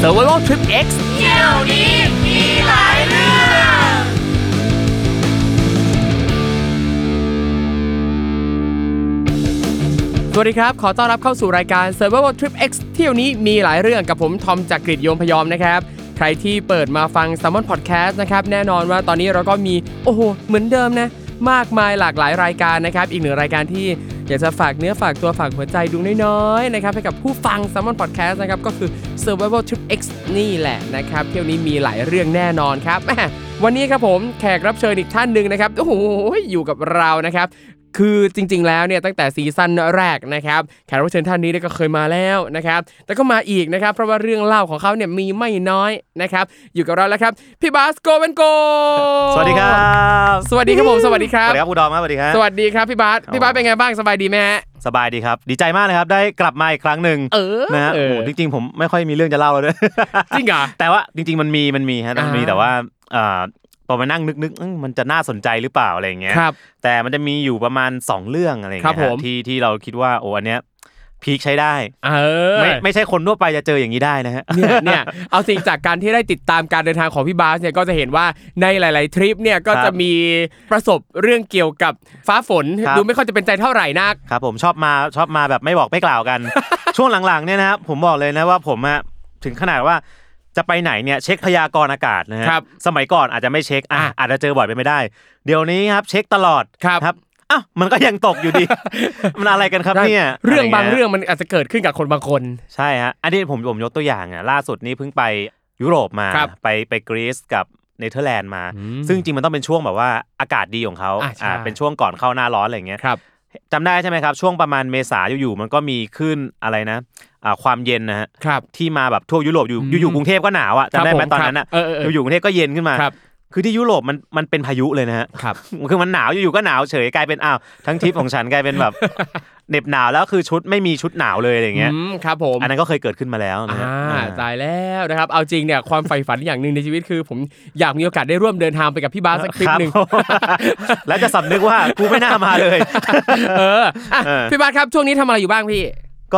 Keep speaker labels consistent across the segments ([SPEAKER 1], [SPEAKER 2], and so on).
[SPEAKER 1] s u r v i v a l Trip X เที่ยวนี้มีหลายเรื่อง สวัสดีครับ ขอต้อนรับเข้าสู่รายการ s u r v i v a l Trip X เที่ยวนี้มีหลายเรื่องกับผม ทอมจากกรีฑโยมพยอมนะครับ ใครที่เปิดมาฟัง s ซ m มอนพอดแคสต์นะครับ แน่นอนว่าตอนนี้เราก็มี โอ้โห เหมือนเดิมนะ มากมายหลากหลายรายการนะครับ อีกหนึ่งรายการที่อยากจะฝากเนื้อฝากตัวฝากหัวใจดูน้อยๆนะครับให้กับผู้ฟัง s ซ m มอนพอดแคสต์นะครับ ก็คือ Survival Trip X นี่แหละนะครับ เที่ยวนี้มีหลายเรื่องแน่นอนครับแหม่วันนี้ครับผมแขกรับเชิญอีกท่านหนึ่งนะครับ โอ้โห อยู่กับเรานะครับ คือจริงๆ แล้วเนี่ยตั้งแต่ซีซั่นแรกนะครับแขกรับเชิญท่านนี้เนี่ยก็เคยมาแล้วนะครับ แต่ก็มาอีกนะครับ เพราะว่าเรื่องเล่าของเขาเนี่ยมีไม่น้อยนะครับ อยู่กับเราแล้วครับ พี่บาสโกเวนโก
[SPEAKER 2] สวัสดีครับ
[SPEAKER 1] สวัสดีครับผมสวัสดีค
[SPEAKER 2] ส
[SPEAKER 1] รับ
[SPEAKER 2] วัสดีครับคุณดอมครับสวัสดีครับ
[SPEAKER 1] สวัสดีครับพี่บาสพี่บาสเป็นไงบ้างสบายดีไหมฮะ
[SPEAKER 2] สบายดีครับ ดีใจมากเลยครับ ได้กลับมาอีกครั้งหนึ่ง
[SPEAKER 1] เออ
[SPEAKER 2] นะฮะ
[SPEAKER 1] เออ
[SPEAKER 2] โอ้โหจริงๆ ผมไม่ค่อยมีเรื่องจะเล่าแล้วด้วย
[SPEAKER 1] จริงเหรอ
[SPEAKER 2] แต่ว่าจริง ๆ มันมี มันมีฮะ มันมี
[SPEAKER 1] อ่า
[SPEAKER 2] แต่ว่าเอ่อพอมานั่งนึกๆเอ้ยมันจะน่าสนใจหรือเปล่าอะไรอย่างเงี้ย
[SPEAKER 1] ครับ
[SPEAKER 2] แต่มันจะมีอยู่ประมาณ 2 เรื่องอะไรอย่าง
[SPEAKER 1] ครับผ
[SPEAKER 2] เงี้ย
[SPEAKER 1] ม
[SPEAKER 2] ฮะที่ที่เราคิดว่าโอ้อันเนี้ยพีคใช้ได้
[SPEAKER 1] เออ
[SPEAKER 2] ไม่ไม่ใช่คนทั่วไปจะเจออย่างนี้ได้นะฮะ
[SPEAKER 1] เนี่ยเนี่ย เอาสิ่งจากการที่ได้ติดตามการเดินทางของพี่บาสเนี่ยก็จะเห็นว่าในหลาย ๆ ทริปเนี่ยก็จะมีประสบเรื่องเกี่ยวกับฟ้าฝน
[SPEAKER 2] ครับ
[SPEAKER 1] ดูไม่ค่อยจะเป็นใจเท่าไหร่นัก
[SPEAKER 2] ครับผมชอบมาชอบมาแบบไม่บอกไม่กล่าว กัน ช่วงหลังๆเนี่ยนะครับผมบอกเลยนะว่าผมอะถึงขนาดว่าจะไปไหนเนี่ยเช็คพยากรณ์อากาศนะฮะ
[SPEAKER 1] ครับ
[SPEAKER 2] สมัยก่อนอาจจะไม่เช็คอ่ะ
[SPEAKER 1] อ่ะ
[SPEAKER 2] อาจจะเจอบ่อยไปนไม่ได้ เดี๋ยวนี้ครับเช็คตลอด
[SPEAKER 1] ครับ
[SPEAKER 2] อ้าวมันก็ยังตกอยู่ ดี มันอะไรกันครับเนี่ย
[SPEAKER 1] เรื่องบาง
[SPEAKER 2] ะไย
[SPEAKER 1] เรื่องมันอาจจะเกิดขึ้นกับคนบางคน
[SPEAKER 2] ใช่ฮะอันนี้ผมผมยกตัวอย่างอ่ะล่าสุดนี้เพิ่งไปยุโรปมา
[SPEAKER 1] ครับ
[SPEAKER 2] ไปไปกรีซกับเนเธอร์แลนด์มา
[SPEAKER 1] อืม
[SPEAKER 2] ซึ่งจริงๆมันต้องเป็นช่วงแบบว่าอากาศดีของเขา
[SPEAKER 1] อ่ะใช่
[SPEAKER 2] อ่าเป็นช่วงก่อนเข้าหน้าร้อนอะไรอย่างเงี้ย
[SPEAKER 1] ครับ
[SPEAKER 2] จำได้ใช่ไหมครับ ช่วงประมาณเมษาอยู่ๆมันก็มีขึ้นอะไรนะอ่าความเย็นนะฮะ
[SPEAKER 1] ครับ
[SPEAKER 2] ที่มาแบบทั่วยุโรปอยู่
[SPEAKER 1] อืม
[SPEAKER 2] อยู่ๆกรุงเทพก็หนาวอ่ะจำได้ไห
[SPEAKER 1] ค
[SPEAKER 2] ม
[SPEAKER 1] รับผม
[SPEAKER 2] ตอนนั้นอ่ะ
[SPEAKER 1] ครับเออเออเออ
[SPEAKER 2] อยู่ๆกรุงเทพก็เย็นขึ้นมา
[SPEAKER 1] ครับ
[SPEAKER 2] คือที่ยุโรปมันมันเป็นพายุเลยนะฮะ
[SPEAKER 1] ครับ
[SPEAKER 2] คือมันหนาวอยู่ๆก็หนาวเฉยกลายเป็นอ้าวทั้งทริปของฉันกลายเป็น แบบเหน็บหนาวแล้วคือชุดไม่มีชุดหนาวเลยอะไรอย่างเงี้ย
[SPEAKER 1] อืมครับผม
[SPEAKER 2] อันนั้นก็เคยเกิดขึ้นมาแล้วนะฮะ
[SPEAKER 1] อ่า
[SPEAKER 2] อ่า
[SPEAKER 1] ตายแล้วนะครับ เอาจริงเนี่ยความใฝ่ฝันอย่างหนึ่งในชีวิตคือ ผมอยากมีโอกาสได้ร่วมเดินทางไปกับพี่บาสสักทริปหนึ่ง
[SPEAKER 2] ครับผม แล้วจะสำนึกว่ากูไม่น่ามาเลย
[SPEAKER 1] เอออ่ะ
[SPEAKER 2] เออ
[SPEAKER 1] พี่บาสครับช่วงนี้ทำอะไรอยู่บ้างพี่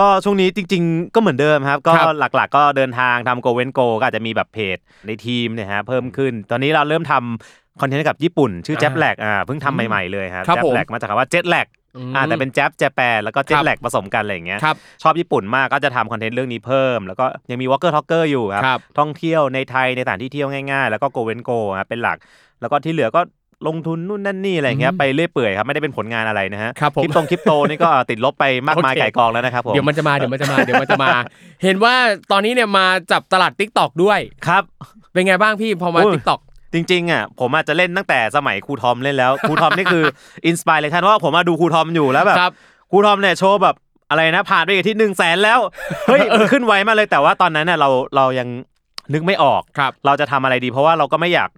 [SPEAKER 2] ก็ช่วงนี้จริง ๆ ก็เหมือนเดิมครับ ก็
[SPEAKER 1] ครับ
[SPEAKER 2] หลักๆ ก็เดินทางทำโกเว้นโกก็อาจจะมีแบบเพจในทีมเนี่ยฮะเพิ่มขึ้น ตอนนี้เราเริ่มทำคอนเทนต์กับญี่ปุ่น ชื่อ
[SPEAKER 1] อ่า
[SPEAKER 2] แจ็บแลกอ่าเพิ่งทำใหม่ๆเลยครับ
[SPEAKER 1] ครับ
[SPEAKER 2] แจ็
[SPEAKER 1] ผม
[SPEAKER 2] บแลกมาจากคำว่าเจ็ l แลก
[SPEAKER 1] อืม
[SPEAKER 2] อ่าแต่เป็นแจ็บแจแปนแล้วก็เจ็
[SPEAKER 1] ครั
[SPEAKER 2] ต
[SPEAKER 1] บ
[SPEAKER 2] แลกผสมกันอะไรอย่างเงี้ย
[SPEAKER 1] ครับ
[SPEAKER 2] ชอบญี่ปุ่นมากก็จะทำคอนเทนต์เรื่องนี้เพิ่ม แล้วก็ยังมีวอล์กเกอร์ท็อกเกอร์อยู่ครับ
[SPEAKER 1] ครับ
[SPEAKER 2] ท่องเที่ยวในไทยในสถานที่เที่ยวง่ายๆ แล้วก็โกเว้นโกครับเป็นหลัก แล้วก็ที่เหลือก็ลงทุนนู่นนั่นนี่อะไรอย่างเงี้ยไปเรื่อยเปื่อยครับไม่ได้เป็นผลงานอะไรนะฮะ
[SPEAKER 1] ครับผม
[SPEAKER 2] ลิปตรงคลิปโตนี่ก็ติดลบไปมากมายไก่ายกองแล้วนะครับผม
[SPEAKER 1] เดี๋ยวมันจะมาเดี๋ยวมันจะมาเดี๋ยวมันจะมา เห็นว่าตอนนี้เนี่ยมาจับตลาด t ิ k t o k ด้วย
[SPEAKER 2] ครับ
[SPEAKER 1] เป็นไงบ้างพี่พอมา
[SPEAKER 2] โอ้ย
[SPEAKER 1] t ิ k t o k
[SPEAKER 2] จริงๆอ่ะผมอาจจะเล่นตั้งแต่สมัยครูทอมเล่นแล้ว ครูทอมนี่คืออินสปิเรชันว่าผมมาดูครูทอมอยู่แล้วแบบ
[SPEAKER 1] ครับ
[SPEAKER 2] ครูทอมเนี่ยโชว์แบบอะไรนะผ่านไปอีกที่หนึ่งแสนแล้ว เฮ้ยมันขึ้นไวมากเลยแต่ว่าตอนนั้นเนี่ยเราเรายังนึกไม่ออก
[SPEAKER 1] ครับ
[SPEAKER 2] เราจะทำอะไรดี เพราะว่าเราก็ไม่อยาก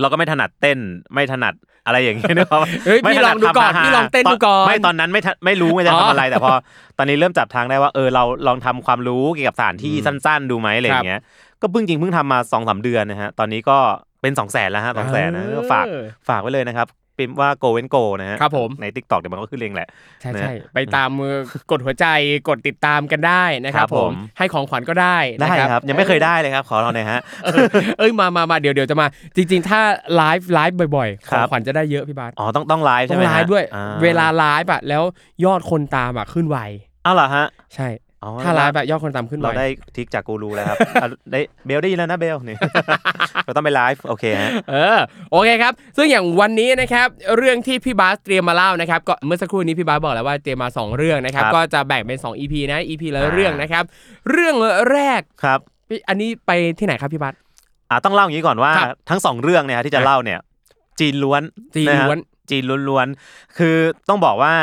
[SPEAKER 2] เราก็ไม่ถนัดเต้นไม่ถนัดอะไรอย่างเงี้ย นะครับ
[SPEAKER 1] เฮ้ยพี่
[SPEAKER 2] ไม่ถนั
[SPEAKER 1] ลองดูก่อนา
[SPEAKER 2] หาร
[SPEAKER 1] พี่ลองเต้นดูก่อน
[SPEAKER 2] ไม่ตอนนั้นไม่ทะไม่รู้ไม่จะ
[SPEAKER 1] อ๋อ
[SPEAKER 2] ทำอะไรแต่พอ ตอนนี้เริ่มจับทางได้ว่าเออเราลองทำความรู้เกี่ยวกับสถานที่สั้น ๆ ดูไหมอะไรอย่างเงี้ยก็เพิ่งจริงเพิ่งทำมาสองสามเดือนนะฮะตอนนี้ก็เป็นสองแสนแล้วฮะสองแสนนะ
[SPEAKER 1] เออ
[SPEAKER 2] ก็ฝากฝากไว้เลยนะครับ พิมพ์ว่า go and go นะฮะ
[SPEAKER 1] ครับผม
[SPEAKER 2] ใน t ิ k t o k เดี๋ยวมันก็ขึ้นเองแหละ
[SPEAKER 1] ใช่
[SPEAKER 2] นะ
[SPEAKER 1] ใช่ไปตามมือกดหัวใจกดติดตามกันได้นะครับ
[SPEAKER 2] ครับ
[SPEAKER 1] ผ
[SPEAKER 2] ผม ม
[SPEAKER 1] ให้ของขวัญก็ได้
[SPEAKER 2] ได้
[SPEAKER 1] นะค
[SPEAKER 2] ค
[SPEAKER 1] รั
[SPEAKER 2] รั
[SPEAKER 1] บบ
[SPEAKER 2] ยังไม่เคยได้เลยครับ ขอเราหน่อยฮะ
[SPEAKER 1] เออ เอ้ยมามามาเดี๋ยวเดี๋ยวจะมา จริง ๆ ถ้าไลฟ์ไลฟ์บ่อยๆ ข
[SPEAKER 2] ครั
[SPEAKER 1] อง
[SPEAKER 2] บ
[SPEAKER 1] ขวัญจะได้เยอะพี่บาส
[SPEAKER 2] อ๋อต้องต้องไลฟ์
[SPEAKER 1] ต้อ
[SPEAKER 2] ใช่
[SPEAKER 1] ง
[SPEAKER 2] ไหม
[SPEAKER 1] ไล
[SPEAKER 2] ฮะ
[SPEAKER 1] ฟ์ด้วย
[SPEAKER 2] อ่
[SPEAKER 1] เวลาไลฟ์อะแล้วยอดคนตามอะขึ้นไว
[SPEAKER 2] อ้าวเหรอฮะ
[SPEAKER 1] ใช่
[SPEAKER 2] อ๋อ
[SPEAKER 1] ถ้าไลฟ์แบบยอดคนตามขึ้นไว
[SPEAKER 2] เราได้ทิกจากกูรูแล้วครับ อ่ะได้เบลได้ยินแล้วนะเบลนี่ เราต้องไปไลฟ์โอเคฮะ
[SPEAKER 1] เออโอเคครับ ซึ่งอย่างวันนี้นะครับเรื่องที่พี่บาสเตรียมมาเล่านะครับก็เมื่อสักครู่นี้พี่บาสบอกแล้วว่าเตรียมมาสองเรื่องนะครับ
[SPEAKER 2] ครับ
[SPEAKER 1] ก็จะแบ่งเป็นสอง EP นะ EP ละ
[SPEAKER 2] อ่า
[SPEAKER 1] เรื่องนะครับเรื่องแรก
[SPEAKER 2] ครับ
[SPEAKER 1] พี่อันนี้ไปที่ไหนครับพี่บาส
[SPEAKER 2] อ่ะต้องเล่าอย่างนี้ก่อนว่า
[SPEAKER 1] ครับ
[SPEAKER 2] ทั้งสองเรื่องเนี่ยฮะที่
[SPEAKER 1] ค
[SPEAKER 2] จะ
[SPEAKER 1] รับ
[SPEAKER 2] เล่าเนี่ย จีนล้วน
[SPEAKER 1] จีน
[SPEAKER 2] นะฮะ
[SPEAKER 1] ล้วน
[SPEAKER 2] จีนล้วนๆ คือต้องบอกว่า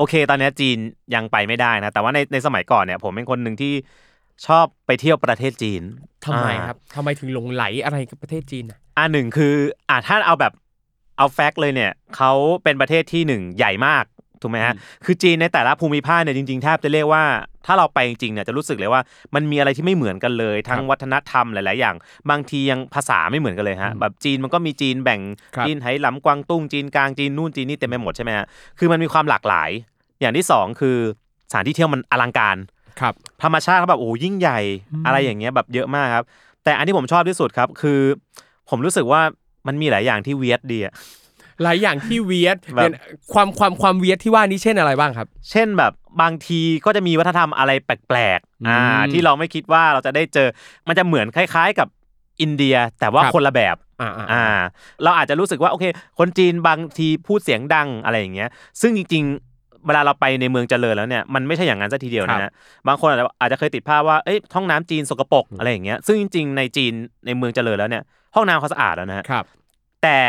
[SPEAKER 2] โอเคตอนเนี้ยจีนยังไปไม่ได้นะ แต่ว่าในในสมัยก่อนเนี่ยผมเป็นคนหนึ่งที่ชอบไปเที่ยวประเทศจีน
[SPEAKER 1] ทำไม
[SPEAKER 2] อ่า
[SPEAKER 1] ครับทำไมถึงหลงไหลอะไรกับประเทศจีนน่ะ
[SPEAKER 2] อ่าหนึ่งคืออ่าถ้าเอาแบบเอาแฟกต์เลยเนี่ยเขาเป็นประเทศที่หนึ่งใหญ่มากถูกไหมฮะ คือจีนในแต่ละภูมิภาคเนี่ยจริงๆแทบจะเรียกว่า ถ้าเราไปจริงๆเนี่ยจะรู้สึกเลยว่ามันมีอะไรที่ไม่เหมือนกันเลย ทั้งวัฒนธรรมหลายๆอย่าง บางทียังภาษาไม่เหมือนกันเลยฮะ
[SPEAKER 1] อืม
[SPEAKER 2] แบบจีนมันก็มีจีนแบ่ง
[SPEAKER 1] ครับ
[SPEAKER 2] จีนไหหลำกวางตุ้งจีนกลางจีนนู่นจีนนี่เต็มไปหมดใช่ไหมฮะ คือมันมีความหลากหลาย อย่างที่สองคือสถานที่เที่ยวมันอลังการ
[SPEAKER 1] ครับ
[SPEAKER 2] ธรรมชาติเขาแบบโอ้โหยิ่งใหญ่
[SPEAKER 1] อืม
[SPEAKER 2] อะไรอย่างเงี้ยแบบเยอะมากครับ แต่อันที่ผมชอบที่สุดครับ คือ ผมรู้สึกว่ามันมีหลายอย่างที่เวียดดีอะ
[SPEAKER 1] หลายอย่าง ที่เวียด
[SPEAKER 2] แบบ
[SPEAKER 1] เนี่ยความความความเวียดที่ว่านี้เช่นอะไรบ้างครับ
[SPEAKER 2] เช่นแบบบางทีก็จะมีวัฒนธรรมอะไรแปลก
[SPEAKER 1] อืม
[SPEAKER 2] ๆอ่าที่เราไม่คิดว่าเราจะได้เจอ มันจะเหมือนคล้าย ๆ กับอินเดีย แต่ว่า
[SPEAKER 1] ครับ
[SPEAKER 2] คนละแบบ
[SPEAKER 1] อ่า
[SPEAKER 2] อ่า เราอาจจะรู้สึกว่าโอเค คนจีนบางทีพูดเสียงดังอะไรอย่างเงี้ย ซึ่งจริงๆ เวลาเราไปในเมืองเจริญแล้วเนี่ย มันไม่ใช่อย่างนั้นซะทีเดียวนะฮะ บางคนอาจจะอาจจะเคยติดภาพว่า เอ้ย ห้องน้ำจีนสกปรกอะไรอย่างเงี้ย ซึ่งจริงๆ ในจีนในเมืองเจริญแล้วเนี่ย ห้องน้ำเขาสะอาดแล้วนะฮะ
[SPEAKER 1] ครับ
[SPEAKER 2] แต่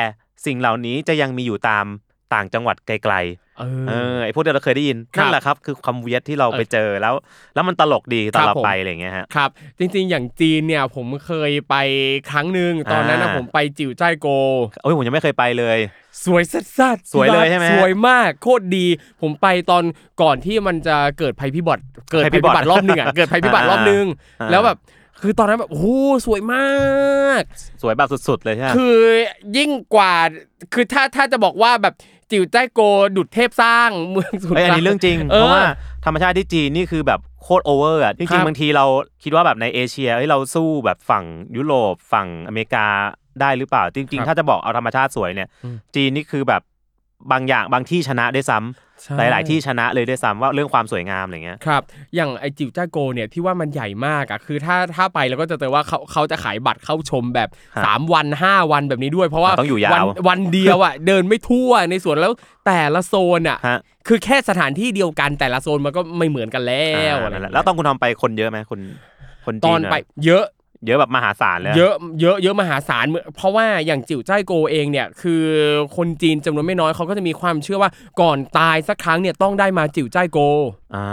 [SPEAKER 2] สิ่งเหล่านี้จะยังมีอยู่ตามต่างจังหวัดไกล
[SPEAKER 1] เอ
[SPEAKER 2] ๆ เอ
[SPEAKER 1] อ
[SPEAKER 2] อ ไอพวกที่เราเคยได้ยิน
[SPEAKER 1] ครับ
[SPEAKER 2] นั่นแหละครับ คือความเวียดที่เราไปเจอแล้ว แล้วมันตลกดีตอ
[SPEAKER 1] ค
[SPEAKER 2] น
[SPEAKER 1] รั
[SPEAKER 2] เรา
[SPEAKER 1] บผม
[SPEAKER 2] ไปอะไรอย่างเงี้ยฮะ
[SPEAKER 1] ครับ จริงๆ อย่างจีนเนี่ยผมเคยไปครั้งหนึ่งตอนนั้นนะ
[SPEAKER 2] อ่า
[SPEAKER 1] ผมไปจิ๋วจ้ายโก
[SPEAKER 2] โอ้ยผมยังไม่เคยไปเลย
[SPEAKER 1] สวยสัสๆ
[SPEAKER 2] สวยเลย
[SPEAKER 1] พี่บาส
[SPEAKER 2] ใช่ไหม
[SPEAKER 1] สวยมากโคตรดี ผมไปตอนก่อนที่มันจะเกิดภัยพิบัติเกิด
[SPEAKER 2] ภั
[SPEAKER 1] ภัย
[SPEAKER 2] ยพิ
[SPEAKER 1] พิ
[SPEAKER 2] บัติ
[SPEAKER 1] บัติรอบหนึ่งอ่ะ เกิดภัยพิบัติรอบหนึ่ง
[SPEAKER 2] อ่า
[SPEAKER 1] แล้วแบบคือตอนนั้นแบบโอ้โหสวยมาก
[SPEAKER 2] สวยแบบสุดๆ เลยใช่ไหม
[SPEAKER 1] คือยิ่งกว่าคือถ้าถ้าจะบอกว่าแบบจิ๋วใต้โกดุดเทพสร้างเมืองสุด
[SPEAKER 2] เอ้ยอันนี้เรื่องจริง
[SPEAKER 1] เออ
[SPEAKER 2] เพราะว่าธรรมชาติที่จีนนี่คือแบบโคตรโอเวอร์อ่ะจ
[SPEAKER 1] ครั
[SPEAKER 2] ริง
[SPEAKER 1] บ
[SPEAKER 2] ๆบางทีเราคิดว่าแบบในเอเชียเอ้ยเราสู้แบบฝั่งยุโรปฝั่งอเมริกาได้หรือเปล่า จริ
[SPEAKER 1] ค
[SPEAKER 2] ง
[SPEAKER 1] รับ
[SPEAKER 2] ๆ ถ้าจะบอกเอาธรรมชาติสวยเนี่ย
[SPEAKER 1] อืม
[SPEAKER 2] จีนนี่คือแบบบางอย่างบางที่ชนะด้วยซ้ำ
[SPEAKER 1] ใช่
[SPEAKER 2] หลาย ๆ ที่ชนะเลยด้วยซ้ำว่าเรื่องความสวยงามอะไรเงี้ย
[SPEAKER 1] ครับ อย่างไอจิ๋วจ้าโกเนี่ยที่ว่ามันใหญ่มากอ่ะคือถ้าถ้าไปแล้วก็จะเจอว่าเขาเขาจะขายบัตรเข้าชมแบบ
[SPEAKER 2] ฮะ
[SPEAKER 1] 3 วัน 5 วันแบบนี้ด้วย เพราะว่า
[SPEAKER 2] ต้องอยู่ยาว
[SPEAKER 1] นวันเดียวอ่ะ เดินไม่ทั่วในสวนแล้วแต่ละโซนอ่ะ
[SPEAKER 2] ฮะ
[SPEAKER 1] คือแค่สถานที่เดียวกันแต่ละโซนมันก็ไม่เหมือนกันแล้ว
[SPEAKER 2] อ่า
[SPEAKER 1] อะไร
[SPEAKER 2] นั่นแหละแล้วต้องคุณทำไปคนเยอะไหมคนคน
[SPEAKER 1] ต
[SPEAKER 2] จี
[SPEAKER 1] อน
[SPEAKER 2] นะ
[SPEAKER 1] ไปเยอะ
[SPEAKER 2] เยอะแบบมหาศาลเลย
[SPEAKER 1] เยอะเยอะเยอะมหาศาลเหมือนเพราะว่าอย่างจิ๋วจ้ายโกเองเนี่ยคือคนจีนจำนวนไม่น้อยเขาก็จะมีความเชื่อว่าก่อนตายสักครั้งเนี่ยต้องได้มาจิ๋วจ้ายโก
[SPEAKER 2] อ่า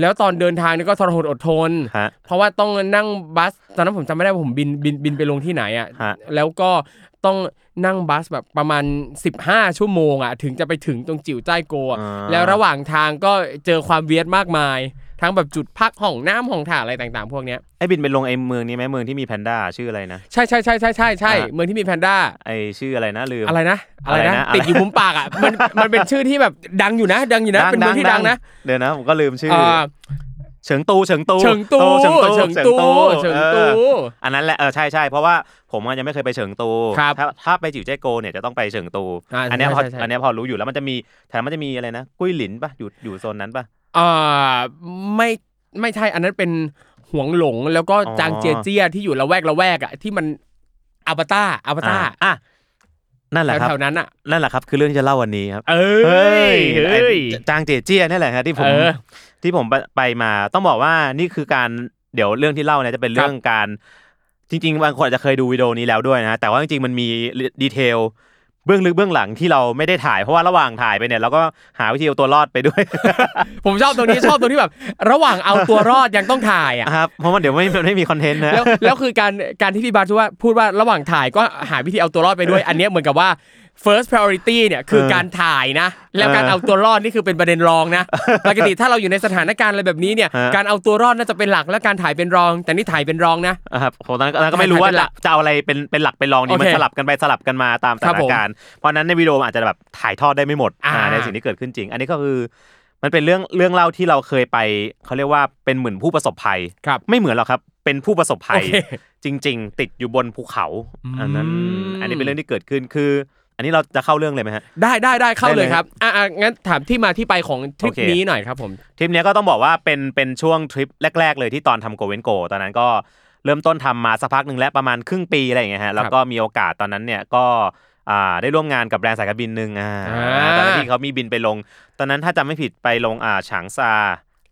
[SPEAKER 1] แล้วตอนเดินทางเนี่ยก็ทรหดอดทน
[SPEAKER 2] ฮะ
[SPEAKER 1] เพราะว่าต้องนั่งบัสตอนนั้นผมจำไม่ได้ว่าผมบินบินบินไปลงที่ไหนอะ่ะ
[SPEAKER 2] ฮะ
[SPEAKER 1] แล้วก็ต้องนั่งบัสแบบประมาณ 15 ชั่วโมงอะ่ะถึงจะไปถึงตรงจิ๋วจ้ายโกอะ
[SPEAKER 2] อ่า
[SPEAKER 1] แล้วระหว่างทางก็เจอความเวียดมากมาย ทั้งแบบจุดพักห้องน้ำห้องถ่ายอะไรต่างๆ พวกเนี้ย
[SPEAKER 2] ไอ้บินไปลงไอ้เมืองนี้ไหมเมืองที่มีแพนด้าชื่ออะไรนะ
[SPEAKER 1] ใช่ใช่ใช่ใช่ใช่ใช่
[SPEAKER 2] อ่า
[SPEAKER 1] เมืองที่มีแพนด้า
[SPEAKER 2] ไอ้ชื่ออะไรนะลืม
[SPEAKER 1] อะไรนะ อะไรนะ
[SPEAKER 2] อะไรนะ
[SPEAKER 1] ติดอยู่มุมปากอ่ะ มัน มันเป็นชื่อที่แบบดังอยู่นะ ดังอยู่นะ เป็นเมืองที่ดังนะ
[SPEAKER 2] เดี๋ยวนะผมก็ลืมชื่อ
[SPEAKER 1] อ่า
[SPEAKER 2] เฉิงตูเฉิงตู
[SPEAKER 1] เฉิงตู
[SPEAKER 2] โเฉิงตู
[SPEAKER 1] เฉิงตูเฉิงตู
[SPEAKER 2] เอออันนั้นแหละเออใช่ใช่เพราะว่าผมอะยังไม่เคยไปเฉิงตู
[SPEAKER 1] ครับ
[SPEAKER 2] ถ้าถ้าไปจิ๋วเจ๊โกเนี่ยจะต้องไปเฉิงตู
[SPEAKER 1] อ่าใช่
[SPEAKER 2] นเนี้ยพอ
[SPEAKER 1] ใช่ใช่
[SPEAKER 2] อันเนี้ยพอรู้อยู่แล้วมันจะมีแถมมันจะมีอะไรนะกุ้ยหลินป่ะอยู่อยู่โซนนั้นป่ะ
[SPEAKER 1] อ่าไม่ ไม่ใช่ อันนั้นเป็นหวงหลง แล้วก็
[SPEAKER 2] อ๋อ
[SPEAKER 1] จางเจียเจียที่อยู่ละแวกละแวกอ่ะ ที่มันอวตารอวตาร
[SPEAKER 2] อ่ะอ่ะนั่นแหละครับ
[SPEAKER 1] แถวๆนั้นอ่ะ
[SPEAKER 2] นั่นแหละครับคือเรื่องที่จะเล่าวันนี้ครับ
[SPEAKER 1] เอ้ย
[SPEAKER 2] ไอ้
[SPEAKER 1] เอ้ย
[SPEAKER 2] จางเจยเจียนี่นแหละครับที่ผม
[SPEAKER 1] เออ
[SPEAKER 2] ที่ผมไปไปมาต้องบอกว่านี่คือการเดี๋ยวเรื่องที่เล่าเนี่ยจะเป็นเรื่องการ จริง ๆ บางคนอาจจะเคยดูวิดีโอนี้แล้วด้วยนะฮะแต่ว่าจริงๆมันมีดีเทล เบื้องลึกเบื้องหลังที่เราไม่ได้ถ่ายเพราะว่าระหว่างถ่ายไปเนี่ยเราก็หาวิธีเอาตัวรอดไปด้วย
[SPEAKER 1] ผมชอบตรงนี้ ชอบตรงที่แบบ ระหว่างเอาตัวรอดยังต้องถ่ายอ่ะ
[SPEAKER 2] นะครับเพราะมันเดี๋ยวไม่ไม่มีคอนเทนต์นะ
[SPEAKER 1] แล้วแล้วคือการการที่พี่บาสพูดว่าพูดว่าระหว่างถ่ายก็หาวิธีเอาตัวรอดไปด้วย อันเนี้ยเหมือนกับว่า first priority เนี่ยคือ
[SPEAKER 2] เออ
[SPEAKER 1] การถ่ายนะ แล้วการ
[SPEAKER 2] เออ
[SPEAKER 1] เอาตัวรอดนี่คือเป็นประเด็นรองนะ ปกติถ้าเราอยู่ในสถานการณ์อะไรแบบนี้เนี่ย
[SPEAKER 2] ฮะ
[SPEAKER 1] การเอาตัวรอดน่าจะเป็นหลักและการถ่ายเป็นรอง แต่นี่ถ่ายเป็นรองนะ
[SPEAKER 2] นะครับ ผมตอนนั้นตอนนั้นก็ไม่รู้ว่าจะจะเอาอะไรเป็นเป็นหลักเป็นรองดี
[SPEAKER 1] โอเค
[SPEAKER 2] มันสลับกันไปสลับกันมาตามส
[SPEAKER 1] ครั
[SPEAKER 2] ถา
[SPEAKER 1] บ
[SPEAKER 2] น
[SPEAKER 1] ผม
[SPEAKER 2] การณ์เพราะฉะนั้นในวิดีโอมันอาจจะแบบถ่ายทอดได้ไม่หมด
[SPEAKER 1] อ่า
[SPEAKER 2] อ่าในสิ่งที่เกิดขึ้นจริง อันนี้ก็คือ มันเป็นเรื่องเรื่องเล่าที่เราเคยไปเขาเรียกว่าเป็นเหมือนผู้ประสบภัย
[SPEAKER 1] ครับ
[SPEAKER 2] ไม่เหมือนหรอกครับเป็นผู้ประสบภัย
[SPEAKER 1] โอเค
[SPEAKER 2] จริง ๆ ติดอยู่บนภูเขาอันนั้น
[SPEAKER 1] อืม
[SPEAKER 2] อันนี้เป็นเรื่องที่เกิดขึ้นคือ อันนี้เราจะเข้าเรื่องเลยไหมฮะ
[SPEAKER 1] ได้ได้ได้เข้า
[SPEAKER 2] ได้
[SPEAKER 1] เล
[SPEAKER 2] เลย ย
[SPEAKER 1] ครับอ่ะอ่ะงั้นถามที่มาที่ไปของทริป
[SPEAKER 2] โอเค
[SPEAKER 1] นี้หน่อยครับผม
[SPEAKER 2] ทริปเนี้ยก็ต้องบอกว่าเป็นเป็นช่วงทริปแรก ๆ เลยที่ตอนทำโกเวนโกตอนนั้นก็เริ่มต้นทำมาสักพักหนึ่งแล้วประมาณครึ่งปีอะไรอย่างเงี้ยฮะแล้วก็มีโอกาสตอนนั้นเนี่ยก็อ่าได้ร่วมงานกับแบรนด์สายการบินหนึ่งอ่า
[SPEAKER 1] อ่า
[SPEAKER 2] ตอนนั้นที่เขามีบินไปลง ตอนนั้นถ้าจำไม่ผิดไปลงอ่าฉางซา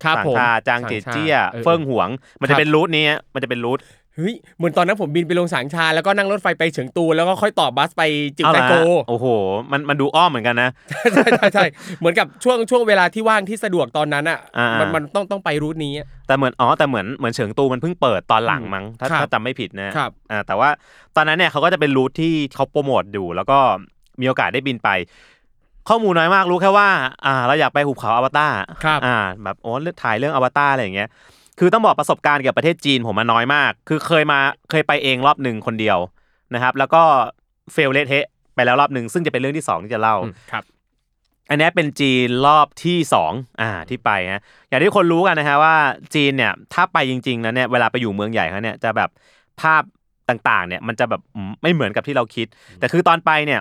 [SPEAKER 1] ครับ
[SPEAKER 2] ฉาง
[SPEAKER 1] ผม
[SPEAKER 2] ซาจางเจยเจี้ยเฟิงหวง มันจะเป็นรูทนี้มันจะเป็นรูท
[SPEAKER 1] เฮ้ยเหมือนตอนนั้นผมบินไปลงสางชา แล้วก็นั่งรถไฟไปเฉิงตู แล้วก็ค่อยต่อบัสไปจิง
[SPEAKER 2] เอา
[SPEAKER 1] ไต
[SPEAKER 2] ละ
[SPEAKER 1] โก
[SPEAKER 2] โอ้โห มันมันดูอ้อมเหมือนกันนะ
[SPEAKER 1] ใช่ใช่ใช่เหมือนกับช่วงช่วงเวลาที่ว่างที่สะดวกตอนนั้นอ่ะ
[SPEAKER 2] อ่ามั
[SPEAKER 1] มันมันต้องต้องไปรูทนี้อะ
[SPEAKER 2] แต่เหมือนอ๋อแต่เหมือนเหมือนเฉิงตูมันเพิ่งเปิดตอนหลังมั้งถ้า
[SPEAKER 1] ครับ
[SPEAKER 2] ถ้าจำไม่ผิดนะครับ อ่าแต่ว่าตอนนั้นเนี่ยเขาก็จะเป็นรูทที่เขาโปรโมทอยู่ แล้วก็มีโอกาสได้บินไป ข้อมูลน้อยมากรู้แค่ว่าอ่าเราอยากไปหุบเขาอวตาร
[SPEAKER 1] ครับ
[SPEAKER 2] อ่าแบบโอ้เลือกถ่ายเรื่องอวตารอะไรอย่างเงี้ยคือต้องบอกประสบการณ์เกี่ยวกับประเทศจีนผมมาน้อยมาก คือเคยมาเคยไปเองรอบหนึ่งคนเดียวนะครับ แล้วก็เฟลเละเทะไปแล้วรอบหนึ่งซึ่งจะเป็นเรื่องที่สองที่จะเล่า
[SPEAKER 1] อืมครับ
[SPEAKER 2] อันเนี้ยเป็นจีนรอบที่สองอ่าที่ไปฮะอย่างที่คนรู้กันนะฮะว่าจีนเนี่ยถ้าไปจริงๆแล้วเนี่ยเวลาไปอยู่เมืองใหญ่เขาเนี่ยจะแบบภาพต่างๆเนี่ยมันจะแบบอืมไม่เหมือนกับที่เราคิด แต่คือตอนไปเนี่ย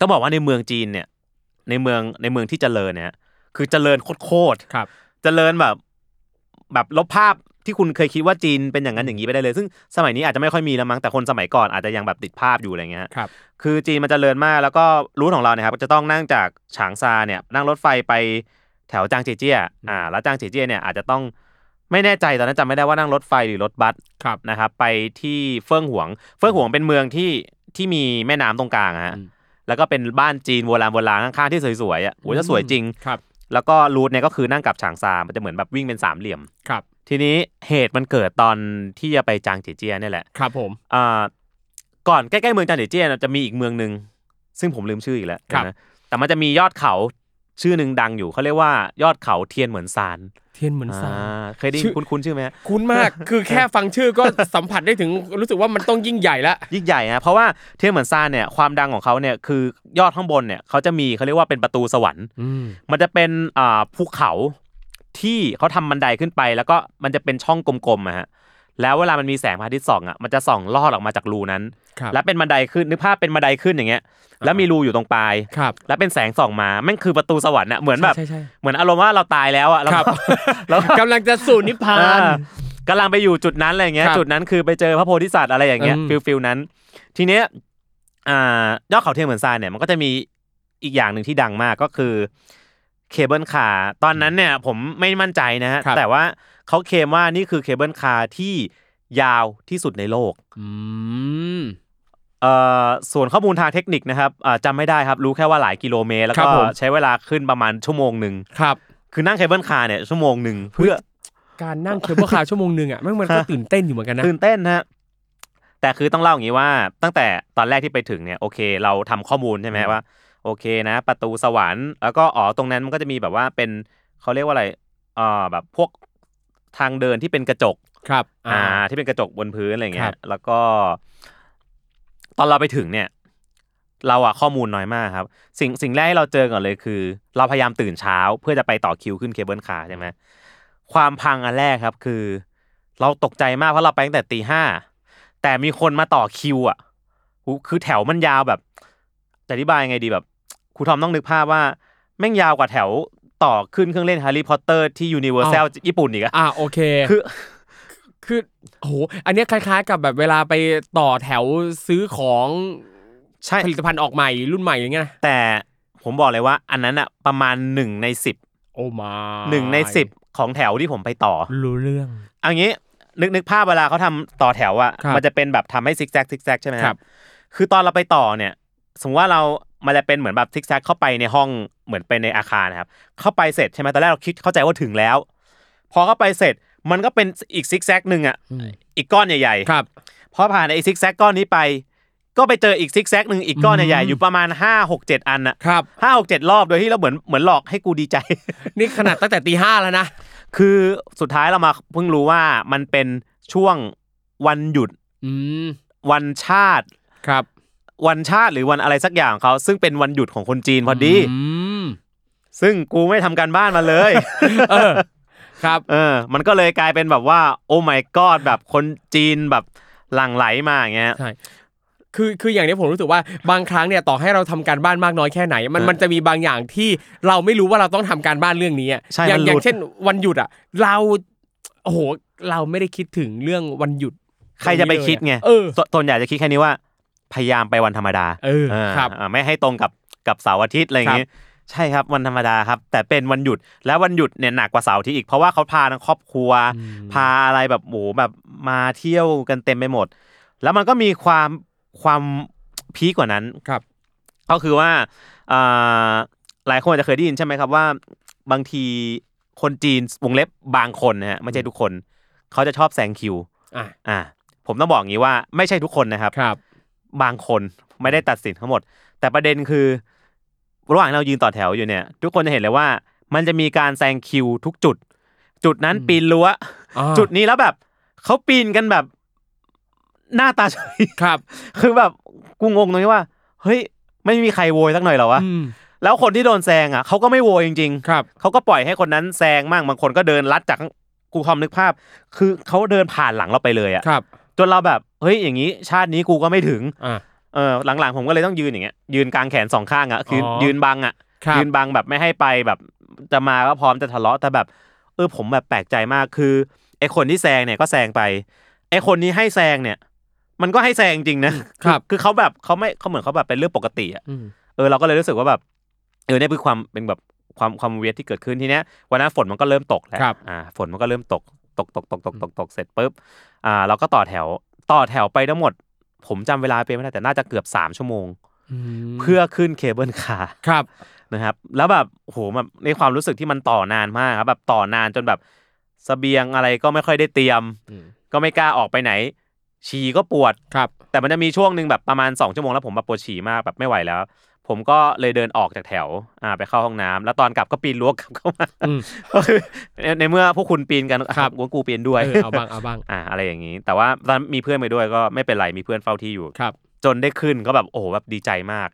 [SPEAKER 2] ต้องบอกว่าในเมืองจีนเนี่ยในเมืองในเมืองที่เจริญเนี่ยคือเจริญโคตรๆ
[SPEAKER 1] ครับ
[SPEAKER 2] เจริญแบบแบบลบภาพที่คุณเคยคิดว่าจีนเป็นอย่างนั้นอย่างนี้ไปได้เลย ซึ่งสมัยนี้อาจจะไม่ค่อยมีแล้วมั้งแต่คนสมัยก่อนอาจจะยังแบบติดภาพอยู่อะไรเงี้ย
[SPEAKER 1] ครับ
[SPEAKER 2] คือจีนมันเจริญมากแล้วก็รูทของเราเนี่ยครับจะต้องนั่งจากฉางซาเนี่ยนั่งรถไฟไปแถวจางเจยเจี้ยอ่าแล้วจางเจยเจี้ยเนี่ยอาจจะต้องไม่แน่ใจตอนนั้นจำไม่ได้ว่านั่งรถไฟหรือรถบัส
[SPEAKER 1] ครับ
[SPEAKER 2] นะครับไปที่เฟิงหวง เฟิงหวงเป็นเมืองที่ที่มีแม่น้ำตรงกลางอะฮะ
[SPEAKER 1] อืม
[SPEAKER 2] แล้วก็เป็นบ้านจีนโบราณโบราณข้างๆที่สวยๆอ่ะโอ้ยจะสวยจริง
[SPEAKER 1] ครับ
[SPEAKER 2] แล้วก็รูทเนี่ยก็คือนั่งกลับฉางซามันจะเหมือนแบบวิ่งเป็นสามเหลี่ยม
[SPEAKER 1] ครับ
[SPEAKER 2] ทีนี้เหตุมันเกิดตอนที่จะไปจางเจยเจียเนี่ยแหละ
[SPEAKER 1] ครับผม
[SPEAKER 2] อ่าก่อนใกล้ๆเมืองจางเจยเจียนะจะมีอีกเมืองหนึ่งซึ่งผมลืมชื่ออีกแล้ว
[SPEAKER 1] ครับ
[SPEAKER 2] นะแต่มันจะมียอดเขาชื่อหนึ่งดังอยู่เขาเรียกว่ายอดเขาเทียนเหมือนซาน
[SPEAKER 1] เทียนเหมือนซา
[SPEAKER 2] อ่าเคยได้ยิ
[SPEAKER 1] ชื่อ
[SPEAKER 2] นคุ้นๆชื่อไหมฮะ
[SPEAKER 1] คุ้นมาก คือแค่ฟังชื่ อก็ สัมผัสได้ถึงรู้สึกว่ามันต้องยิ่งใหญ่ละ
[SPEAKER 2] ยิ่งใหญ่ฮะเพราะว่าเทียนเหมือนซานเนี่ยความดังของเขาเนี่ยคือยอดข้างบนเนี่ยเขาจะมีเขาเรียกว่าเป็นประตูสวรรค์ มันจะเป็นอ่าภูเขาที่เขาทำบันไดขึ้นไป แล้วก็มันจะเป็นช่องกลมๆอะฮะแล้วเวลามันมีแสงพระอาทิตย์ส่องอะมันจะส่องลอดออกมาจากรูนั้น
[SPEAKER 1] ครับ
[SPEAKER 2] แล้วเป็นบันไดขึ้นนึกภาพเป็นบันไดขึ้นอย่างเงี้ยแล้วมีรูอยู่ตรงปลาย
[SPEAKER 1] ครับ
[SPEAKER 2] แล้วเป็นแสงส่องมาแม่งคือประตูสวรรค์อะเหมือนแบบ
[SPEAKER 1] ใช่ใช่ใช่
[SPEAKER 2] เหมือนอารมณ์ว่าเราตายแล้วอะแล้ว
[SPEAKER 1] ครับ
[SPEAKER 2] ก็ แล้วก็
[SPEAKER 1] กำลังจะสู่นิพพาน
[SPEAKER 2] อ่ากำลังไปอยู่จุดนั้นอะไรอย่างเงี้ย
[SPEAKER 1] ครับ
[SPEAKER 2] จุดนั้นคือไปเจอพระโพธิสัตว์อะไรอย่างเงี้ย
[SPEAKER 1] อืม
[SPEAKER 2] ฟิลฟิลนั้น ทีเนี้ยอ่ายอดเขาเทียนเหมือนซานเนี่ยมันก็จะมีอีกอย่างหนึ่งที่ดังมากก็คือเคเบิลคาร์ตอนนั้นเนี่ยผมไม่มั่นใจนะฮะ
[SPEAKER 1] ครับ
[SPEAKER 2] แต่ว่าเขาเคลมว่านี่คือเคเบิลคาร์ที่ยาวที่สุดในโลก
[SPEAKER 1] อืม
[SPEAKER 2] เอ่อส่วนข้อมูลทางเทคนิคนะครับอ่าจำไม่ได้ครับรู้แค่ว่าหลายกิโลเมตร แล้ว
[SPEAKER 1] ครั
[SPEAKER 2] ก็
[SPEAKER 1] บผม
[SPEAKER 2] ใช้เวลาขึ้นประมาณชั่วโมงหนึ่ง
[SPEAKER 1] ครับ
[SPEAKER 2] คือนั่งเคเบิลคาร์เนี่ยชั่วโมงหนึ่งเพื่อ
[SPEAKER 1] การนั่งเคเบิลคาร์ชั่วโมงหนึ่งอ่ะแม่งมันก็ตื่นเต้นอยู่เหมือนกันนะ
[SPEAKER 2] ตื่นเต้นนะฮะแต่คือต้องเล่าอย่างนี้ว่าตั้งแต่ตอนแรกที่ไปถึงเนี่ยโอเค เราทำข้อมูลใช่ไหม
[SPEAKER 1] อืม
[SPEAKER 2] ว่า โอเคนะ ประตูสวรรค์ แล้วก็อ๋อตรงนั้นมันก็จะมีแบบว่าเป็นเขาเรียกว่าอะไรเอ่อแบบพวกทางเดินที่เป็นกระจก
[SPEAKER 1] ครับ
[SPEAKER 2] อ่า ที่เป็นกระจกบนพื้นอะไร
[SPEAKER 1] ค
[SPEAKER 2] เงี้
[SPEAKER 1] รั
[SPEAKER 2] ย
[SPEAKER 1] บ
[SPEAKER 2] แล้วก็ ตอนเราไปถึงเนี่ย เราอะข้อมูลน้อยมากครับ สิ่งสิ่งแรกที่เราเจอก่อนเลยคือ เราพยายามตื่นเช้าเพื่อจะไปต่อคิวขึ้นเคเบิลคาร์ใช่ไหมความพังอันแรกครับ คือ เราตกใจมากเพราะเราไปตั้งแต่ตีห้าแต่มีคนมาต่อคิวอะหูคือแถวมันยาวแบบจะอธิบายยังไงดีแบบครูทอมต้องนึกภาพว่าแม่งยาวกว่าแถวต่อขึ้นเครื่องเล่นแฮร์รี่พอตเตอร์ที่ยูนิเวอร์แซลญี่ปุ่นอีกอะ
[SPEAKER 1] อ่าโอเค
[SPEAKER 2] คือ
[SPEAKER 1] คือโอ้โหอันเนี้ยคล้ายๆ กับแบบเวลาไปต่อแถวซื้อของ
[SPEAKER 2] ใช่
[SPEAKER 1] ผลิตภัณฑ์ออกใหม่รุ่นใหม่อย่างเงี้ยนะ
[SPEAKER 2] แต่ผมบอกเลยว่าอันนั้นอะประมาณหนึ่งในสิบ
[SPEAKER 1] โอ้มา
[SPEAKER 2] หนึ่งในสิบของแถวที่ผมไปต่อ
[SPEAKER 1] รู้เรื่อง
[SPEAKER 2] เอางี้นึกนึกภาพเวลาเขาทำต่อแถวอะ
[SPEAKER 1] ครับ
[SPEAKER 2] มันจะเป็นแบบทำให้ซิกแซกซิกแซกใช่ไหม
[SPEAKER 1] ครับ
[SPEAKER 2] คือตอนเราไปต่อเนี่ย สมมติว่าเรามันจะเป็นเหมือนแบบซิกแซกเข้าไปในห้องเหมือนไปในอาคารนะครับ เข้าไปเสร็จใช่ไหมตอนแรกเราคิดเข้าใจว่าถึงแล้ว พอเข้าไปเสร็จมันก็เป็นอีกซิกแซกหนึ่งอะ
[SPEAKER 1] อืม
[SPEAKER 2] อีกก้อนใหญ่ๆ
[SPEAKER 1] ครับ
[SPEAKER 2] พอผ่านไอ้ซิกแซกก้อนนี้ไป ก็ไปเจออีกซิกแซกหนึ่งอีกก้อนใหญ่
[SPEAKER 1] อื
[SPEAKER 2] ๆ
[SPEAKER 1] ม
[SPEAKER 2] อยู่ประมาณ5 6 7 อันอะ
[SPEAKER 1] ครับ
[SPEAKER 2] ห้าหกเจ็ดรอบโดยที่เราเหมือนเหมือนหลอกให้กูดีใจ
[SPEAKER 1] นี่ขนาดตั้งแต่ตีห้าแล้วนะ
[SPEAKER 2] คือสุดท้ายเรามาเพิ่งรู้ว่ามันเป็นช่วงวันหยุด
[SPEAKER 1] อืม
[SPEAKER 2] วันชาติ
[SPEAKER 1] ครับ
[SPEAKER 2] วันชาติหรือวันอะไรสักอย่างของเขาซึ่งเป็นวันหยุดของคนจีนพอดี
[SPEAKER 1] อืม
[SPEAKER 2] ซึ่งกูไม่ทำการบ้านมาเลย
[SPEAKER 1] เออ ครับ
[SPEAKER 2] เออ มันก็เลยกลายเป็นแบบว่า โอ้ my god แบบคนจีนแบบหลั่งไหลมาอย่างเงี้ย
[SPEAKER 1] ใช่ คือ คืออย่างเนี้ยผมรู้สึกว่าบางครั้งเนี่ยต่อให้เราทำการบ้านมากน้อยแค่ไหน มัน
[SPEAKER 2] เออ
[SPEAKER 1] มันจะมีบางอย่างที่เราไม่รู้ว่าเราต้องทำการบ้านเรื่องนี้อะ
[SPEAKER 2] ใช่
[SPEAKER 1] อย่าง
[SPEAKER 2] มันหลุด
[SPEAKER 1] อย่างเช่น วันหยุดอ่ะ เรา โอ้โห เราไม่ได้คิดถึงเรื่องวันหยุด
[SPEAKER 2] ใครจะไปคิดไง
[SPEAKER 1] เออ
[SPEAKER 2] สส่วนใหญ่จะคิดแค่นี้ว่า พยายามไปวันธรรมดา
[SPEAKER 1] เออครับ
[SPEAKER 2] อ่าไม่ให้ตรงกับกับเสาร์อาทิตย์อะไรอย่างงี้ ใช่ครับวันธรรมดาครับ แต่เป็นวันหยุดและวันหยุดเนี่ยหนักกว่าเสาร์อาที่อีกเพราะว่าเขาพาทั้งครอบครัว
[SPEAKER 1] อืม
[SPEAKER 2] พาอะไรแบบโหแบบมาเที่ยวกันเต็มไปหมด แล้วมันก็มีความความพีคกว่านั้น
[SPEAKER 1] ครับ
[SPEAKER 2] ก็คือว่าอ่าหลายคนอาจจะเคยได้ยินใช่ไหมครับว่า บางทีคนจีนวงเล็บบางคนนะฮะไม่ใช่ทุกคน เขาจะชอบแซงคิว
[SPEAKER 1] อ่ะ
[SPEAKER 2] อ่า ผมต้องบอกอย่างนี้ว่าไม่ใช่ทุกคนนะครับ
[SPEAKER 1] ครับ
[SPEAKER 2] บางคนไม่ได้ตัดสินทั้งหมด แต่ประเด็นคือ ระหว่างเรายืนต่อแถวอยู่เนี่ย ทุกคนจะเห็นเลยว่า มันจะมีการแซงคิวทุกจุด จุดนั้นปีนรั้ว
[SPEAKER 1] อ่า
[SPEAKER 2] จุดนี้แล้วแบบเขาปีนกันแบบหน้าตาเฉย
[SPEAKER 1] ครับ
[SPEAKER 2] คือแบบกูงงตรงนี้ว่า เฮ้ย ไม่มีใครโวยสักหน่อยเหรอวะ
[SPEAKER 1] อืม
[SPEAKER 2] แล้วคนที่โดนแซงอ่ะเขาก็ไม่โวยจริงๆ
[SPEAKER 1] ครับ
[SPEAKER 2] เขาก็ปล่อยให้คนนั้นแซงมั่งบางคนก็เดินลัดจากข้างกูความนึกภาพ คือเขาเดินผ่านหลังเราไปเลยอ่ะ
[SPEAKER 1] ครับ
[SPEAKER 2] จนเราแบบเฮ้ยอย่างนี้ชาตินี้กูก็ไม่ถึง
[SPEAKER 1] อ่ะ
[SPEAKER 2] เออหลังๆผมก็เลยต้องยืนอย่างเงี้ยยืนกลางแขนสองข้างอ่ะคืออ
[SPEAKER 1] อ
[SPEAKER 2] ยืนบังอ่ะ
[SPEAKER 1] ครับ
[SPEAKER 2] ยืนบังแบบไม่ให้ไปแบบจะมาก็พร้อมจะทะเลาะแต่แบบ เออผมแบบแปลกใจมากคือไอคนที่แซงเนี่ยก็แซงไปไอคนนี้ให้แซงเนี่ย มันก็ให้แซงจริงนะครับ อเขาแบบเขาไม่เขาเหมือนเขาแบบเป็นเรื่องปกติอ่ะ
[SPEAKER 1] อืม
[SPEAKER 2] เออเราก็เลยรู้สึกว่าแบบเออเนี่ยคือความเป็นแบบความความเวียดที่เกิดขึ้นทีเนี้ยวันนั้นฝนมันก็เริ่มตกแล้ว
[SPEAKER 1] ครับ
[SPEAKER 2] อ่าฝนมันก็เริ่มตกตกตกตกตกตกตกเสร็จปุ๊บอ่าเราก็ต่อแถวต่อแถวไปทั้งหมด ผมจำเวลาเป็นไม่ได้แต่น่าจะเกือบสามชั่วโมง เพื่อขึ้นเคเบิลคาร์
[SPEAKER 1] ครับ
[SPEAKER 2] นะครับแล้วแบบโหแบบในความรู้สึกที่มันต่อนานมากครับแบบต่อนานจนแบบเสบียงอะไรก็ไม่ค่อยได้เตรียม
[SPEAKER 1] อืม
[SPEAKER 2] ก็ไม่กล้าออกไปไหน ฉี่ก็ปวด
[SPEAKER 1] ครับ
[SPEAKER 2] แต่มันจะมีช่วงหนึ่งแบบประมาณ 2 ชั่วโมงแล้วผมแบบปวดฉี่มากแบบไม่ไหวแล้ว ผมก็เลยเดินออกจากแถวอ่าไปเข้าห้องน้ำแล้วตอนกลับก็ปีนรั้วกลับเข้ามา
[SPEAKER 1] อืม
[SPEAKER 2] ก็คือในในเมื่อพวกคุณปีนกัน
[SPEAKER 1] ครับ
[SPEAKER 2] กูกูปีนด้วย
[SPEAKER 1] เออเอาบ้าง เอาบ้าง
[SPEAKER 2] อ่าอะไรอย่างนี้ แต่ว่าตอนมีเพื่อนไปด้วยก็ไม่เป็นไรมีเพื่อนเฝ้าที่อยู่
[SPEAKER 1] ครับ
[SPEAKER 2] จนได้ขึ้นก็แบบโอ้โหแบบดีใจมาก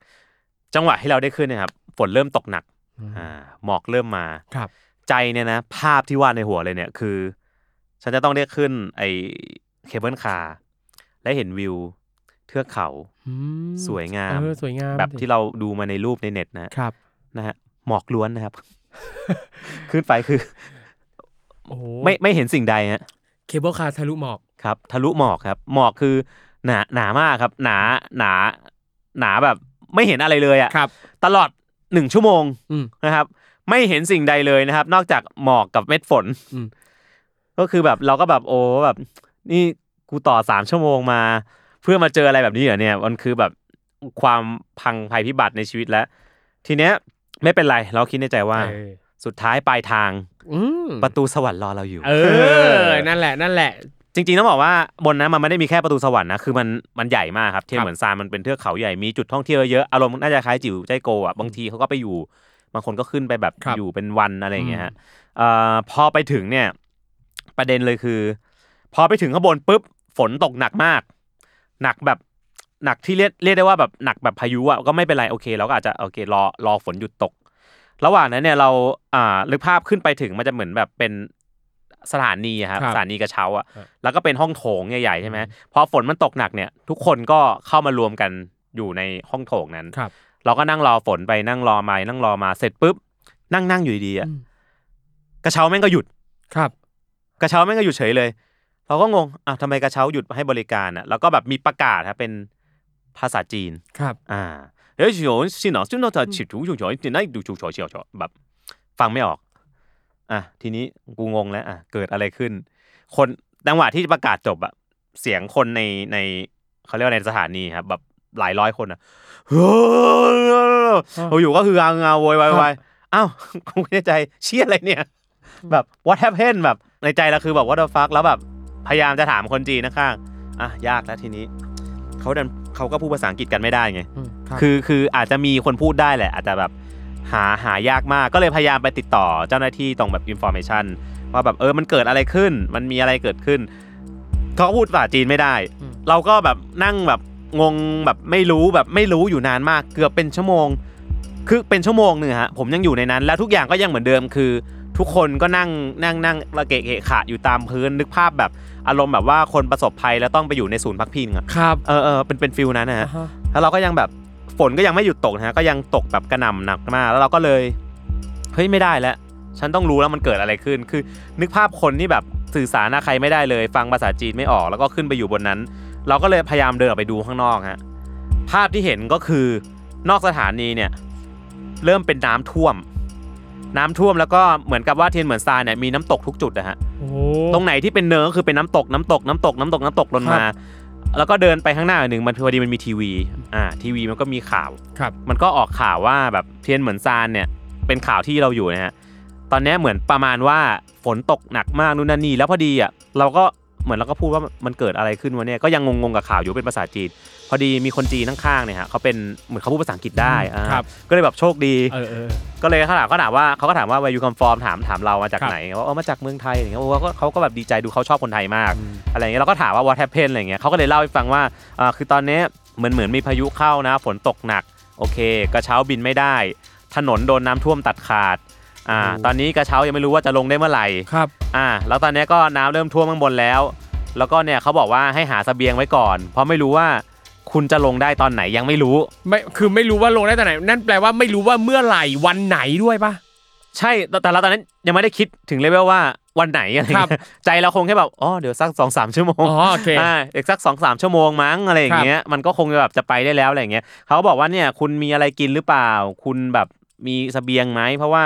[SPEAKER 2] จังหวะที่เราได้ขึ้นเนะครับฝนเริ่มตกหนัก
[SPEAKER 1] อืม
[SPEAKER 2] อ่าหมอกเริ่มมา
[SPEAKER 1] ครับ
[SPEAKER 2] ใจเนี่ยนะ ภาพที่วาดในหัวเลยเนี่ยคือ ฉันจะต้องได้ขึ้นไอเคเบิลคาร์และเห็นวิว เทือกเขา
[SPEAKER 1] อืม
[SPEAKER 2] สวยงาม
[SPEAKER 1] เออสวยงาม
[SPEAKER 2] แบบที่เราดูมาในรูปในเน็ตนะ
[SPEAKER 1] ครับ
[SPEAKER 2] นะฮะหมอกล้วนนะครับ ขึ้นไปคือ
[SPEAKER 1] โอ้โห
[SPEAKER 2] ไม่ไม่เห็นสิ่งใดฮะ
[SPEAKER 1] เคเบิลคาร์ทะลุหมอก
[SPEAKER 2] ครับทะลุหมอกครับ หมอกคือหนาหนามากครับ หนาหนาหนาแบบไม่เห็นอะไรเลยอะ
[SPEAKER 1] ครับ
[SPEAKER 2] ตลอดหนึ่งชั่วโมง
[SPEAKER 1] อืม
[SPEAKER 2] นะครับ ไม่เห็นสิ่งใดเลยนะครับ นอกจากหมอกกับเม็ดฝน
[SPEAKER 1] อืม
[SPEAKER 2] ก็คือแบบเราก็แบบโอ้แบบ นี่กูต่อสามชั่วโมงมา เพื่อมาเจออะไรแบบนี้เหรอเนี่ยมันคือแบบความพังภัยพิบัติในชีวิตแล้ว ทีเนี้ยไม่เป็นไร เราคิดในใจว่า
[SPEAKER 1] เออ
[SPEAKER 2] สุดท้ายปลายทาง
[SPEAKER 1] อืม
[SPEAKER 2] ประตูสวรรค์รอเราอยู่
[SPEAKER 1] เออ นั่นแหละ นั่นแหละ
[SPEAKER 2] จริงๆต้องบอกว่าบนนั้นมันไม่ได้มีแค่ประตูสวรรค์นะคือมันมันใหญ่มากครับเทียบ
[SPEAKER 1] ครับ
[SPEAKER 2] เหมือนซานมันเป็นเทือกเขาใหญ่มีจุดท่องเที่ยวเยอะอารมณ์น่าจะคล้ายจิ๋วใจโกอ่ะบางทีเขาก็ไปอยู่ บางคนก็ขึ้นไปแบบอยู่เป็นวันอะไรอย่างเงี้ยฮะเอ่อพอไปถึงเนี่ยประเด็นเลยคือ พอไปถึงข้างบนปุ๊บฝนตกหนักมาก หนักแบบหนักที่เรียกเรียกได้ว่าแบบหนักแบบพายุอ่ะก็ไม่เป็นไรโอเคเราก็อาจจะโอเครอรอฝนหยุดตก ระหว่างนั้นเนี่ยเราอ่าลึกภาพขึ้นไปถึงมันจะเหมือนแบบเป็นสถานีอะครับ
[SPEAKER 1] ครับ
[SPEAKER 2] สถานีกระเช้าอะ
[SPEAKER 1] ครับ
[SPEAKER 2] แล้วก็เป็นห้องโถงใหญ่ๆใช่ไหมพอฝนมันตกหนักเนี่ย ทุกคนก็เข้ามารวมกันอยู่ในห้องโถงนั้น
[SPEAKER 1] ครับ
[SPEAKER 2] เราก็นั่งรอฝนไปนั่งรอมานั่งรอมาเสร็จปุ๊บนั่งนั่งอยู่ดีๆอะ
[SPEAKER 1] อืม
[SPEAKER 2] กระเช้าแม่งก็หยุด
[SPEAKER 1] ครับ
[SPEAKER 2] กระเช้าแม่งก็หยุดเฉยเลย เราก็งงอ้าวทำไมกระเช้าหยุดให้บริการอะแล้วก็แบบมีประกาศฮะเป็นภาษาจีน
[SPEAKER 1] ครับ
[SPEAKER 2] อ่าเดี๋ยวชิวชิหนอชิหนอเธอฉิบถูฉุกฉอยตินายดูฉุกฉอยเฉียวฉอยแบบ ฟังไม่ออก อ่ะทีนี้กูงงแล้ว อ่ะเกิดอะไรขึ้น คนจังหวะที่ประกาศจบอะเสียงคนในในเขาเรียกว่าในสถานีครับแบบหลายร้อยคนอะเฮ้ยเขาอยู่ก็คือเอาเงาโวยวายโวยวายอ้าวกูในใจเชี่ยอะไรเนี่ย แบบ what happened แบบในใจเราคือแบบ what the fuck แล้วแบบ พยายามจะถามคนจีนข้างๆอ่ะยากแล้วทีนี้ เขาดัน เขาก็พูดภาษาอังกฤษกันไม่ได้ไง
[SPEAKER 1] อืมรับ
[SPEAKER 2] คือคืออาจจะมีคนพูดได้แหละ อาจจะแบบหาหายากมากก็เลยพยายามไปติดต่อเจ้าหน้าที่ตรงแบบอิน r m a t ชันว่าแบบเออมันเกิดอะไรขึ้น มันมีอะไรเกิดขึ้น เขาก็พูดภาษาจีนไม่ได้
[SPEAKER 1] อืม
[SPEAKER 2] เราก็แบบนั่งแบบงงแบบไม่รู้แบบไม่รู้อยู่นานมากเกือบเป็นชั่วโมง คือเป็นชั่วโมงหนึ่งฮะผมยังอยู่ในนั้น แล้วทุกอย่างก็ยังเหมือนเดิมคือ ทุกคนก็นั่งนั่งนั่งระเกะเกะขะอยู่ตามพื้นนึกภาพแบบอารมณ์แบบว่าคนประสบภัยแล้วต้องไปอยู่ในศูนย์พักพิงอะ
[SPEAKER 1] ครับ
[SPEAKER 2] เออเออเป็นเป็นฟิลนั้นนะฮะ
[SPEAKER 1] อ่าฮะ
[SPEAKER 2] แล้วเราก็ยังแบบฝนก็ยังไม่หยุดตกนะฮะก็ยังตกแบบกระหน่ำหนักมาก แล้วเราก็เลยเฮ้ยไม่ได้แล้ว ฉันต้องรู้แล้วมันเกิดอะไรขึ้น คือ นึกภาพคนที่แบบสื่อสารกับใครไม่ได้เลย ฟังภาษาจีนไม่ออก แล้วก็ขึ้นไปอยู่บนนั้น เราก็เลยพยายามเดินออกไปดูข้างนอกฮะภาพที่เห็นก็คือนอกสถานีเนี่ยเริ่มเป็นน้ำท่วม น้ำท่วมแล้วก็เหมือนกับว่าเทียนเหมือนทรายเนี่ยมีน้ำตกทุกจุดนะฮะ
[SPEAKER 1] โอ้โห
[SPEAKER 2] ตรงไหนที่เป็นเนินก็คือเป็นน้ำตกน้ำตกน้ำตกน้ำตกน้ำตกลนมา แล้วก็เดินไปข้างหน้าหนึ่งมันพอดีมันมีทีวีอ่าทีวีมันก็มีข่าว
[SPEAKER 1] ครับ
[SPEAKER 2] มันก็ออกข่าวว่าแบบเทียนเหมือนซานเนี่ยเป็นข่าวที่เราอยู่นะฮะตอนเนี้ยเหมือนประมาณว่าฝนตกหนักมากนู่นนั่นนี่แล้วพอดีอ่ะเราก็เหมือนเราก็พูดว่ามันเกิดอะไรขึ้นวะเนี่ยก็ยังงงๆกับข่าวอยู่เป็นภาษาจีน พอดีมีคนจีนข้างๆเนี่ยฮะเขาเป็นเหมือนเขาพูดภาษาอังกฤษได้อ่า
[SPEAKER 1] ครับ
[SPEAKER 2] ก็เลยแบบโชคดี
[SPEAKER 1] เออเออ
[SPEAKER 2] ก็เลยเขาถามก็ถามว่าเขาก็ถามว่า where you come from ถามถามเรามาจาก
[SPEAKER 1] ครับ
[SPEAKER 2] ไหนว่าเออมาจากเมืองไทยอย่างเงี้ยโอ้เขาก็เขาก็แบบดีใจดูเขาชอบคนไทยมาก
[SPEAKER 1] อืม
[SPEAKER 2] อะไรอย่างเงี้ยเราก็ถามว่า what happened อะไรอย่างเงี้ยเขาก็เลยเล่าให้ฟังว่าอ่าคือตอนเนี้ยเหมือนเหมือนมีพายุเข้านะ ฝนตกหนัก โอเค กระเช้าบินไม่ได้ ถนนโดนน้ำท่วมตัดขาดอ่าตอนนี้กระเช้ายังไม่รู้ว่าจะลงได้เมื่อไหร่
[SPEAKER 1] ครับ
[SPEAKER 2] อ่าแล้วตอนเนี้ยก็น้ำเริ่มท่วมข้างบนแล้ว แล้วก็เนี่ยเขาบอกว่าให้หาเสบียงไว้ก่อน เพราะไม่รู้ว่าคุณจะลงได้ตอนไหนยังไม่รู้
[SPEAKER 1] ไม่คือไม่รู้ว่าลงได้ตอนไหน นั่นแปลว่าไม่รู้ว่าเมื่อไหร่วันไหนด้วยปะ
[SPEAKER 2] ใช่แต่แต่เราตอนนั้นยังไม่ได้คิดถึงเลเวลว่าวันไหนอะไร
[SPEAKER 1] ครับ
[SPEAKER 2] เงี้ยใจเราคงแค่แบบอ๋อเดี๋ยวสักสองสามชั่วโมง
[SPEAKER 1] อ๋อโอเค
[SPEAKER 2] อีกสักสองสามชั่วโมงมั้งอะไรอย่างเงี้ยมันก็คงจะแบบจะไปได้แล้วอะไรอย่างเงี้ยเขาก็บอกว่าเนี่ยคุณมีอะไรกินหรือเปล่า คุณแบบมีเสบียงไหมเพราะว่า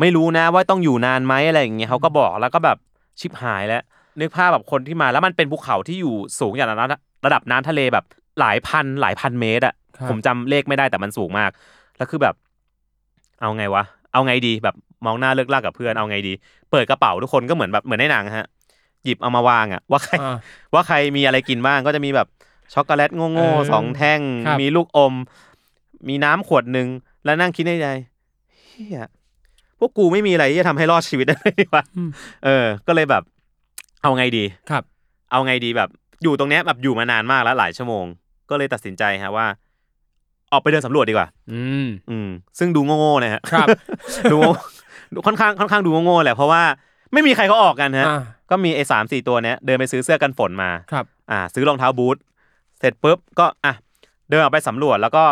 [SPEAKER 2] ไม่รู้นะว่าต้องอยู่นานไหมอะไรอย่างเงี้ยเขาก็บอกแล้วก็แบบชิบหายแล้วนึกภาพแบบคนที่มาแล้วมันเป็นภูเขาที่อยู่สูงอย่างระดับระดับน้ำทะเลแบบหลายพันหลายพันเมตรอะ
[SPEAKER 1] ครับ
[SPEAKER 2] ผมจำเลขไม่ได้แต่มันสูงมาก แล้วคือแบบ เอาไงวะ เอาไงดีแบบมองหน้าเลิกลากกับเพื่อนเอาไงดี เปิดกระเป๋าทุกคนก็เหมือนแบบเหมือนในหนังฮะ หยิบเอามาวางอะว่าใคร
[SPEAKER 1] อ่า
[SPEAKER 2] ว่าใครมีอะไรกินบ้างก็จะมีแบบช็อกโกแลต
[SPEAKER 1] เออ
[SPEAKER 2] โง่ๆสองแท่ง
[SPEAKER 1] ครับ
[SPEAKER 2] มีลูกอม มีน้ำขวดหนึ่งแล้วนั่งคิดในใจเฮียพวกกูไม่มีอะไรที่จะทำให้รอดชีวิตได้เลยวะ
[SPEAKER 1] อืม
[SPEAKER 2] เออ ก็เลยแบบ เอาไงดี
[SPEAKER 1] ครับ
[SPEAKER 2] เอาไงดีแบบอยู่ตรงเนี้ยแบบอยู่มานานมากแล้วหลายชั่วโมง ก็เลยตัดสินใจฮะว่า ออกไปเดินสำรวจดีกว่า
[SPEAKER 1] อืม
[SPEAKER 2] อืมซึ่งดูโง่ๆนะฮะ
[SPEAKER 1] ครับ
[SPEAKER 2] ดูโง่ดูค่อนข้างค่อนข้างดูโง่ๆแหละเพราะว่าไม่มีใครเขาออกกันฮะ
[SPEAKER 1] อ่า
[SPEAKER 2] ก็มีไอ้สามสี่ตัวเนี้ยเดินไปซื้อเสื้อกันฝนมา
[SPEAKER 1] ครับ
[SPEAKER 2] อ่า ซื้อรองเท้าบูทเสร็จปุ๊บก็อ่ะเดินออกไปสำรวจแล้วก็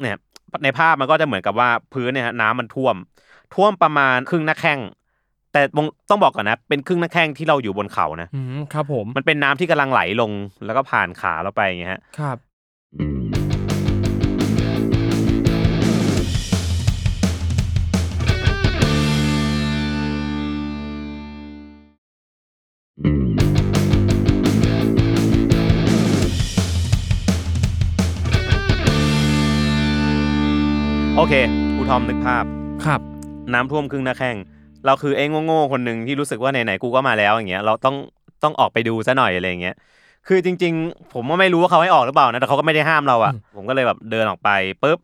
[SPEAKER 2] เนี่ยในภาพมันก็จะเหมือนกับว่าพื้นเนี่ยฮะน้ำมันท่วม ท่วมประมาณครึ่งหน้าแข้งแต่วงต้องบอกก่อนนะ เป็นครึ่งหน้าแข้งที่เราอยู่บนเขานะ
[SPEAKER 1] อืมครับผม
[SPEAKER 2] มันเป็นน้ำที่กำลังไหลลงแล้วก็ผ่านขาเราไปอย่างเงี้ยฮะ
[SPEAKER 1] ครับ
[SPEAKER 2] โอเคครูทอมนึกภาพ
[SPEAKER 1] ครับ
[SPEAKER 2] น้ำท่วมครึ่งหน้าแข้งเราคือเองโง่ๆคนหนึ่งที่รู้สึกว่าไหนๆกูก็มาแล้วอย่างเงี้ยเราต้องต้องออกไปดูซะหน่อยอะไรอย่างเงี้ยคือจริง ๆ ผมก็ไม่รู้ว่าเขาให้ออกหรือเปล่านะแต่เขาก็ไม่ได้ห้ามเราอะผมก็เลยแบบเดินออกไปปุ๊บ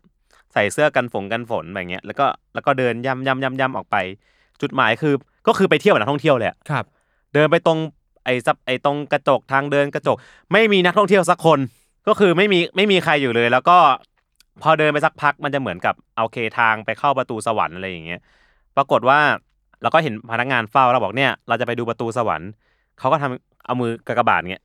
[SPEAKER 2] ใส่เสื้อกันฝนกันฝนแบบเงี้ยแล้วก็แล้วก็เดินย่ำย่ำย่ำย่ำออกไป จุดหมายคือก็คือไปเที่ยวกับนักท่องเที่ยวแหละ
[SPEAKER 1] ครับ
[SPEAKER 2] เดินไปตรงไอ้ซับไอ้ตรงกระจกทางเดินกระจก ไม่มีนักท่องเที่ยวสักคน ก็คือไม่มีไม่มีใครอยู่เลย แล้วก็พอเดินไปสักพักมันจะเหมือนกับเอาเคทางไปเข้าประตูสวรรค์อะไรอย่างเงี้ย ปรากฏว่าเราก็เห็นพนักงานเฝ้าเราบอกเนี่ย เราจะไปดูประตูสวรรค์เขาก็ทำเอามือกากบาทเงี้ย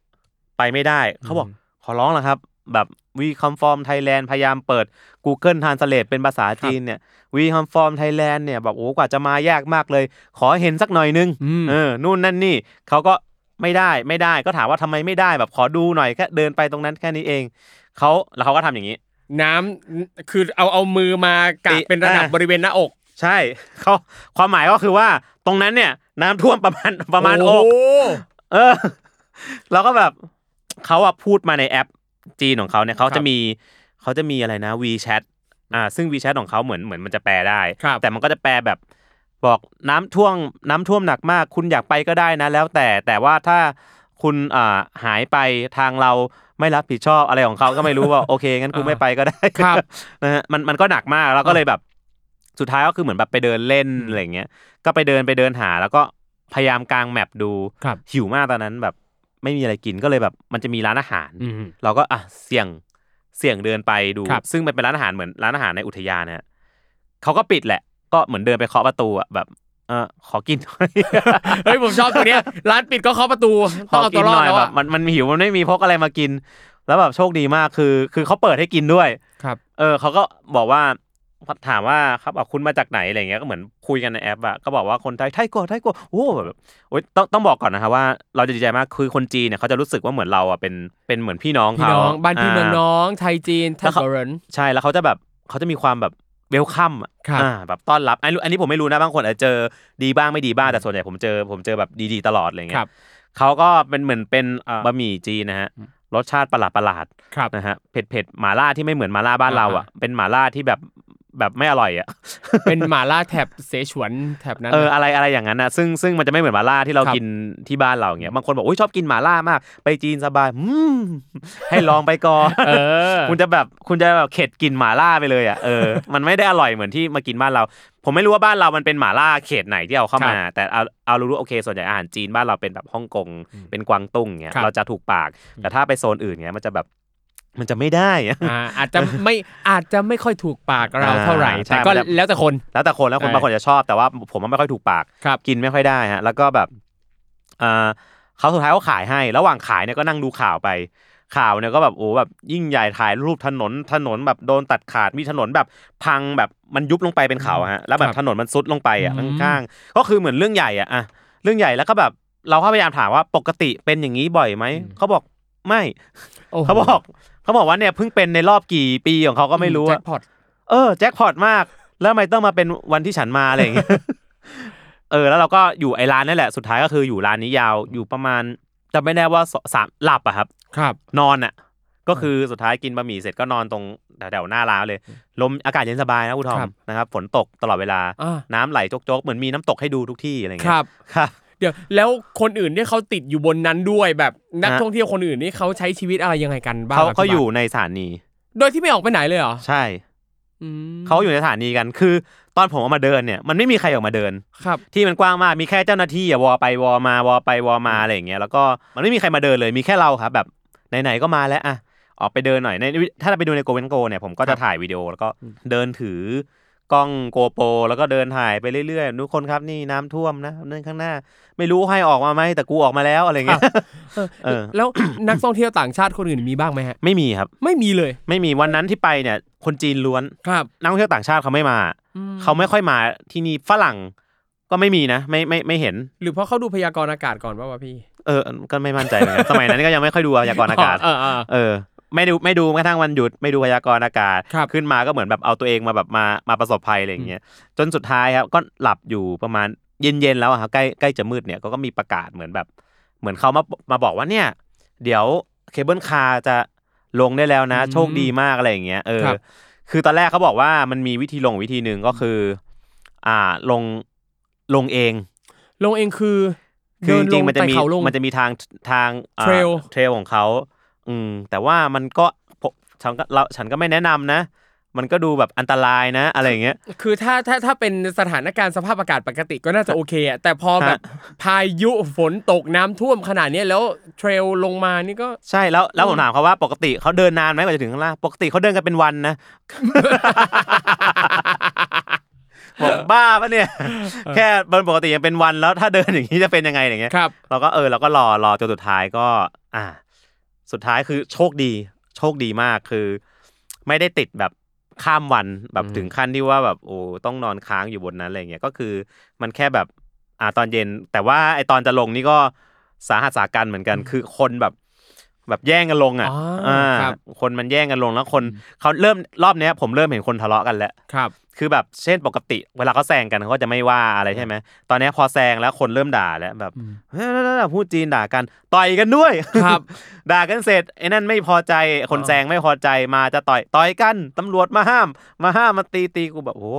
[SPEAKER 2] ไปไม่ได้เขาบอก
[SPEAKER 1] อืม
[SPEAKER 2] ขอร้องละครับ แบบวีคอมฟอร์มไทยแลนด์พยายามเปิด Google Translate เป็นภาษาจีนเนี่ยวีคอมฟอร์มไทยแลนด์เนี่ยแบบโอ้กว่าจะมายากมากเลย ขอเห็นสักหน่อยนึง
[SPEAKER 1] อืม
[SPEAKER 2] เออ นู่นนั่นนี่เขาก็ไม่ได้ไม่ได้ก็ถามว่าทำไมไม่ได้แบบขอดูหน่อยแค่เดินไปตรงนั้นแค่นี้เองเขาแล้วเขาก็ทำอย่างนี้
[SPEAKER 1] น้ำคือเอาเอามือมากะ
[SPEAKER 2] ติ
[SPEAKER 1] เป็นระดับ
[SPEAKER 2] อ่า
[SPEAKER 1] บริเวณหน้าอก
[SPEAKER 2] ใช่ เขาความหมายก็คือว่าตรงนั้นเนี่ย น้ำท่วมประมาณประมาณ
[SPEAKER 1] โอ้
[SPEAKER 2] อก
[SPEAKER 1] โห
[SPEAKER 2] เออ แล้วก็แบบเขาอะพูดมาในแอปจีนของเขาเนี่ยเขาจะมีเขาจะมีอะไรนะ WeChat อ่า ซึ่ง WeChat ของเขาเหมือนเหมือนมันจะแปลได้
[SPEAKER 1] ครับ
[SPEAKER 2] แต่มันก็จะแปลแบบบอกน้ำท่วมน้ำท่วมหนักมาก คุณอยากไปก็ได้นะ แล้วแต่แต่ว่าถ้าคุณอ่าหายไปทางเรา ไม่รับผิดชอบอะไรของเขาก็ไม่รู้ว่า โอเคงั้นกูไม่ไปก็ได้
[SPEAKER 1] ครับ
[SPEAKER 2] นะฮะมันมันก็หนักมากแล้วก็เลยแบบ สุดท้ายก็คือเหมือนแบบไปเดินเล่น
[SPEAKER 1] อืม
[SPEAKER 2] อะไรเงี้ยก็ไปเดินไปเดินหา แล้วก็พยายามกางแมปดู
[SPEAKER 1] ครับ
[SPEAKER 2] หิวมากตอนนั้นแบบไม่มีอะไรกินก็เลยแบบ มันจะมีร้านอาหาร
[SPEAKER 1] อืม
[SPEAKER 2] เราก็อ่ะเสี่ยงเสี่ยงเดินไปดู
[SPEAKER 1] ครับ
[SPEAKER 2] ซึ่งมันเป็นร้านอาหารเหมือนร้านอาหารในอุทยานเนี่ยเขาก็ปิดแหละ ก็เหมือนเดินไปเคาะประตูอ่ะแบบเออขอกินหน่อย
[SPEAKER 1] เฮ้ยผมชอบตัวเนี้ยร้านปิดก็เคาะประตู
[SPEAKER 2] ข
[SPEAKER 1] ต้อ
[SPEAKER 2] อง
[SPEAKER 1] เอา
[SPEAKER 2] กิ
[SPEAKER 1] ตัวนรอ
[SPEAKER 2] ห
[SPEAKER 1] ด
[SPEAKER 2] น่อย
[SPEAKER 1] แล้ว
[SPEAKER 2] แบ
[SPEAKER 1] อะ
[SPEAKER 2] บมันมันหิวมันไม่มีพกอะไรมากิน แล้วแบบโชคดีมากคือ คือเขาเปิดให้กินด้วย
[SPEAKER 1] ครับ
[SPEAKER 2] เออเขาก็บอกว่าถามว่าครับอ่ะคุณมาจากไหนอะไรเงี้ยก็เหมือนคุยกันในแอปอะก็บอกว่าคนไทยไทยกว่าไทยกว่าโอ้แบบโอ๊ยต้องต้องบอกก่อนนะครับว่าเราจะดีใจมากคือคนจีนเนี่ยเขาจะรู้สึกว่าเหมือนเราอะเป็นเป็นเหมือนพี่น้อง
[SPEAKER 1] พี่
[SPEAKER 2] เขา
[SPEAKER 1] น้องบ้านพี่เมือง
[SPEAKER 2] า
[SPEAKER 1] น้องไทยจีนไท
[SPEAKER 2] แล้
[SPEAKER 1] ยว
[SPEAKER 2] เขา
[SPEAKER 1] เรน
[SPEAKER 2] ใช่แล้วเขาจะแบบเขาจะมีความแบบเวลคัมอ่ะ
[SPEAKER 1] ครับ
[SPEAKER 2] อ่าแบบต้อนรับอันนี้อันนี้ผมไม่รู้นะบางคนอาจจะเจอดีบ้างไม่ดีบ้างแต่ส่วนใหญ่ผมเจอผมเจอแบบดีๆตลอดอะไร
[SPEAKER 1] ค
[SPEAKER 2] เงี้
[SPEAKER 1] รับ
[SPEAKER 2] ยเขาก็เป็นเหมือนเป็นเอ่อบะหมี่จีนนะฮะรสชาติประหลาดประหลาดๆ
[SPEAKER 1] ครับ
[SPEAKER 2] นะฮะเผ็ดเผ็ดๆหม่าล่าที่ไม่เหมือนหม่าล่าบ้านเราอ่ะเป็นหม่าล่าที่แบบแบบไม่อร่อยอ่ะ
[SPEAKER 1] เป็นหมาล่าแถบเสฉวนแถบนั้น
[SPEAKER 2] เออ
[SPEAKER 1] นะ
[SPEAKER 2] อะไรอะไรอย่างนั้นนะซึ่งซึ่งมันจะไม่เหมือนหมาล่าที่เรา
[SPEAKER 1] ครับ
[SPEAKER 2] กินที่บ้านเราอย่างเงี้ยบางคนบอกโอ้ยชอบกินหมาล่ามาก ไปจีนสบายอืม ให้ลองไปก่อน
[SPEAKER 1] เออ
[SPEAKER 2] คุณจะแบบคุณจะแบบเข็ดกินหมาล่าไปเลยอ่ะเอ อ มันไม่ได้อร่อยเหมือนที่มากินบ้านเรา ผมไม่รู้ว่าบ้านเรามันเป็นหมาล่าเขตไหนที่เอาเข้ามา แต่เอาเอารู้ๆโอเค ส่วนใหญ่อาหารจีนบ้านเราเป็นแบบฮ่องกงเป็นกวางตุ้งเงี้ย
[SPEAKER 1] ครับ
[SPEAKER 2] เราจะถูกปาก แต่ถ้าไปโซนอื่นเงี้ยมันจะแบบมันจะไม่ได้อะ
[SPEAKER 1] อ่าอาจจะไม่อาจจะไม่ค่อยถูกปากเรา
[SPEAKER 2] อ่า
[SPEAKER 1] เท่าไหร่
[SPEAKER 2] ใช่
[SPEAKER 1] แต่ก็
[SPEAKER 2] มันจะ
[SPEAKER 1] แล้วแต่คน
[SPEAKER 2] แล้วแต่คนแล้วคน
[SPEAKER 1] ใช่
[SPEAKER 2] บางคนจะชอบแต่ว่าผมว่าไม่ค่อยถูกปาก
[SPEAKER 1] ครับ
[SPEAKER 2] กินไม่ค่อยได้ฮะแล้วก็แบบเอ่อเขาสุดท้ายเขาขายให้ ระหว่างขายเนี่ยก็นั่งดูข่าวไป ข่าวเนี่ยก็แบบโอ้แบบยิ่งใหญ่ถ่ายรูปถนนถนนแบบโดนตัดขาดมีถนนแบบพังแบบมันยุบลงไปเป็นเขาอะฮะแล้วแบ
[SPEAKER 1] ค
[SPEAKER 2] บ
[SPEAKER 1] รับ
[SPEAKER 2] ถนนมันซุดลงไปอะ
[SPEAKER 1] อืม
[SPEAKER 2] ข้างๆก็คือเหมือนเรื่องใหญ่อะอะเรื่องใหญ่แล้วก็แบบเราก็พยายามถามว่าปกติเป็นอย่างนี้บ่อยไหมเขาบอกไม่
[SPEAKER 1] โโห
[SPEAKER 2] เขาบอกเขาบอกว่าเนี่ยเพิ่งเป็นในรอบกี่ปีของเขาก็ไม่รู้
[SPEAKER 1] แจ็
[SPEAKER 2] อะ
[SPEAKER 1] คพอต
[SPEAKER 2] เออแจ็คพอตมาก แล้วทำไมต้องมาเป็นวันที่ฉันมาอะไรอย่างเงี้ย เออ แล้วเราก็อยู่ไอ้ร้านนั่นแหละสุดท้ายก็คืออยู่ร้านนี้ยาวอยู่ประมาณจำไม่แน่ว่าสสามหลับอะครับ
[SPEAKER 1] ครับ
[SPEAKER 2] นอนอะก็คือสุดท้ายกินบะหมี่เสร็จก็นอนตรงแถวๆหน้าร้านเลย ลมอากาศเย็นสบายนะคุณทอ
[SPEAKER 1] ครั
[SPEAKER 2] ม
[SPEAKER 1] บ
[SPEAKER 2] นะครับฝนตกตลอดเวลา
[SPEAKER 1] อ่า
[SPEAKER 2] น้ำไหลโจกๆ เหมือนมีน้ำตกให้ดูทุกที่อะไร
[SPEAKER 1] ค
[SPEAKER 2] เงี้
[SPEAKER 1] รั
[SPEAKER 2] ย
[SPEAKER 1] บ
[SPEAKER 2] ครับ
[SPEAKER 1] เดี๋ยวแล้วคนอื่นที่เขาติดอยู่บนนั้นด้วยแบบนัก
[SPEAKER 2] ฮะ
[SPEAKER 1] ท่องเที่ยวคนอื่นนี่เขาใช้ชีวิตอะไรยังไงกันบ้าง
[SPEAKER 2] เขา
[SPEAKER 1] ครับ
[SPEAKER 2] เขาอยู่
[SPEAKER 1] พี่บ
[SPEAKER 2] ในสถานี
[SPEAKER 1] าสโดยที่ไม่ออกไปไหนเลยเหรอ
[SPEAKER 2] ใช่
[SPEAKER 1] อืม
[SPEAKER 2] เขาอยู่ในสถานีกันคือ ตอนผมออกมาเดินเนี่ยมันไม่มีใครออกมาเดิน
[SPEAKER 1] ครับ
[SPEAKER 2] ที่มันกว้างมากมีแค่เจ้าหน้าที่อะวอไปวอมาวอไปวอมาอะไรอย่างเงี้ยแล้วก็มันไม่มีใครมาเดินเลยมีแค่เราครับ แบบไหนๆก็มาแล้วอะออกไปเดินหน่อยในถ้าเราไปดูในโกเวนโกเนี่ยผมก็จะถ่ายวิดีโอแล้วก็เดินถือกล้องโกโปรแล้วก็เดินถ่ายไปเรื่อยๆทุกคนครับนี่น้ำท่วมนะนั่นข้างหน้า ไม่รู้ให้ออกมาไหมแต่กูออกมาแล้วอะไรเงี้ยเออ
[SPEAKER 1] แล้ว นักท่องเที่ยวต่างชาติคนอื่นมีบ้างไหมฮะ
[SPEAKER 2] ไม่มีครับ
[SPEAKER 1] ไม่มีเลย
[SPEAKER 2] ไม่มีวันนั้นที่ไปเนี่ย คนจีนล้วน
[SPEAKER 1] ครับ
[SPEAKER 2] นักท่องเที่ยวต่างชาติเขาไม่มา เขาไม่ค่อยมาที่นี่ฝรั่งก็ไม่มีนะ ไม่ไม่ไม่เห็น
[SPEAKER 1] หรือเพราะเขาดูพยากรณ์อากาศก่อนป่าวะพี่
[SPEAKER 2] เออ ก็ไม่มั่นใจเหมือนกัน สมัยนั้นก็ยังไม่ค่อยดูพยากรณ์อากาศ
[SPEAKER 1] เออเออ
[SPEAKER 2] เออ ไม่ดูไม่ดูแม้กระทั่งวันหยุด ไม่ดูพยากรณ์อากาศ
[SPEAKER 1] ครับ
[SPEAKER 2] ขึ้นมาก็เหมือนแบบเอาตัวเองมาแบบมามาประสบภัยอะไรอย่างเงี้ย จนสุดท้ายครับก็หลับอยู่ประมาณเย็นๆแล้วอะครับใกล้ใกล้จะมืดเนี่ยก็ก็มีประกาศเหมือนแบบ เหมือนเขามามาบอกว่าเนี่ย เดี๋ยวเคเบิลคาร์จะลงได้แล้วนะ
[SPEAKER 1] อืม
[SPEAKER 2] โชคดีมากอะไรอย่างเงี้ยเออ
[SPEAKER 1] ครับ
[SPEAKER 2] คือตอนแรกเขาบอกว่ามันมีวิธีลงวิธีหนึ่งก็คือ อ่าลงลงเอง
[SPEAKER 1] ลงเองคือ
[SPEAKER 2] คือจ
[SPEAKER 1] เดิ
[SPEAKER 2] ริงๆมันจะมี
[SPEAKER 1] ไต่เขาลง
[SPEAKER 2] มันจะมีทางทางอ่า
[SPEAKER 1] Trail
[SPEAKER 2] เทรลของเขาอืมแต่ว่ามันก็ผมฉันก็เราฉันก็ไม่แนะนำนะ มันก็ดูแบบอันตรายนะ อะไรอย่างเงี้ย
[SPEAKER 1] คือถ้าถ้าถ้าเป็นสถานการณ์สภาพอากาศปกติก็น่าจะโอเคอะแต่พอแบบพายุฝนตกน้ำท่วมขนาดเนี้ยแล้วเทรลลงมานี่ก็
[SPEAKER 2] ใช่แล้วแล้วผมถามเขาว่าปกติเขาเดินนานไหมกว่าจะถึงข้างล่างปกติเขาเดินกันเป็นวันนะ บอกบ้าปะเนี่ย แค่ปกติยังเป็นวันแล้วถ้าเดินอย่างนี้จะเป็นยังไงอย่างเงี้ย
[SPEAKER 1] ครับ
[SPEAKER 2] เราก็เออเราก็รอรอจนสุดท้ายก็ อ่า สุดท้ายคือโชคดี โชคดีมากคือ ไม่ได้ติดแบบข้ามวันแบบ
[SPEAKER 1] อืม
[SPEAKER 2] ถึงขั้นที่ว่าแบบโอ้ต้องนอนค้างอยู่บนนั้นอะไรเงี้ยก็คือ มันแค่แบบอ่าตอนเย็น แต่ว่าไอตอนจะลงนี่ก็สาหัสสากันเหมือนกัน คือคนแบบแบบแย่งกันลงอ่ะ
[SPEAKER 1] อ๋ออ่
[SPEAKER 2] อ่า
[SPEAKER 1] ครับ
[SPEAKER 2] คนมันแย่งกันลงแล้วคนเขาเริ่มรอบเนี้ย ผมเริ่มเห็นคนทะเลาะกันแล้ว
[SPEAKER 1] ครับ
[SPEAKER 2] คือแบบเช่นปกติ เวลาเขาแซงกันเขาก็จะไม่ว่าอะไรใช่ไหมตอนเนี้ยพอแซงแล้วคนเริ่มด่าแล้วแบบเฮ้ยพูดจีนด่ากันต่อยกันด้วย
[SPEAKER 1] ครับ
[SPEAKER 2] ด่ากันเสร็จไอ้นั่นไม่พอใจคน
[SPEAKER 1] อ๋อ
[SPEAKER 2] แซงไม่พอใจมาจะต่อยต่อยกันตำรวจมาห้าม มาห้ามมาตีตีกูแบบโอ้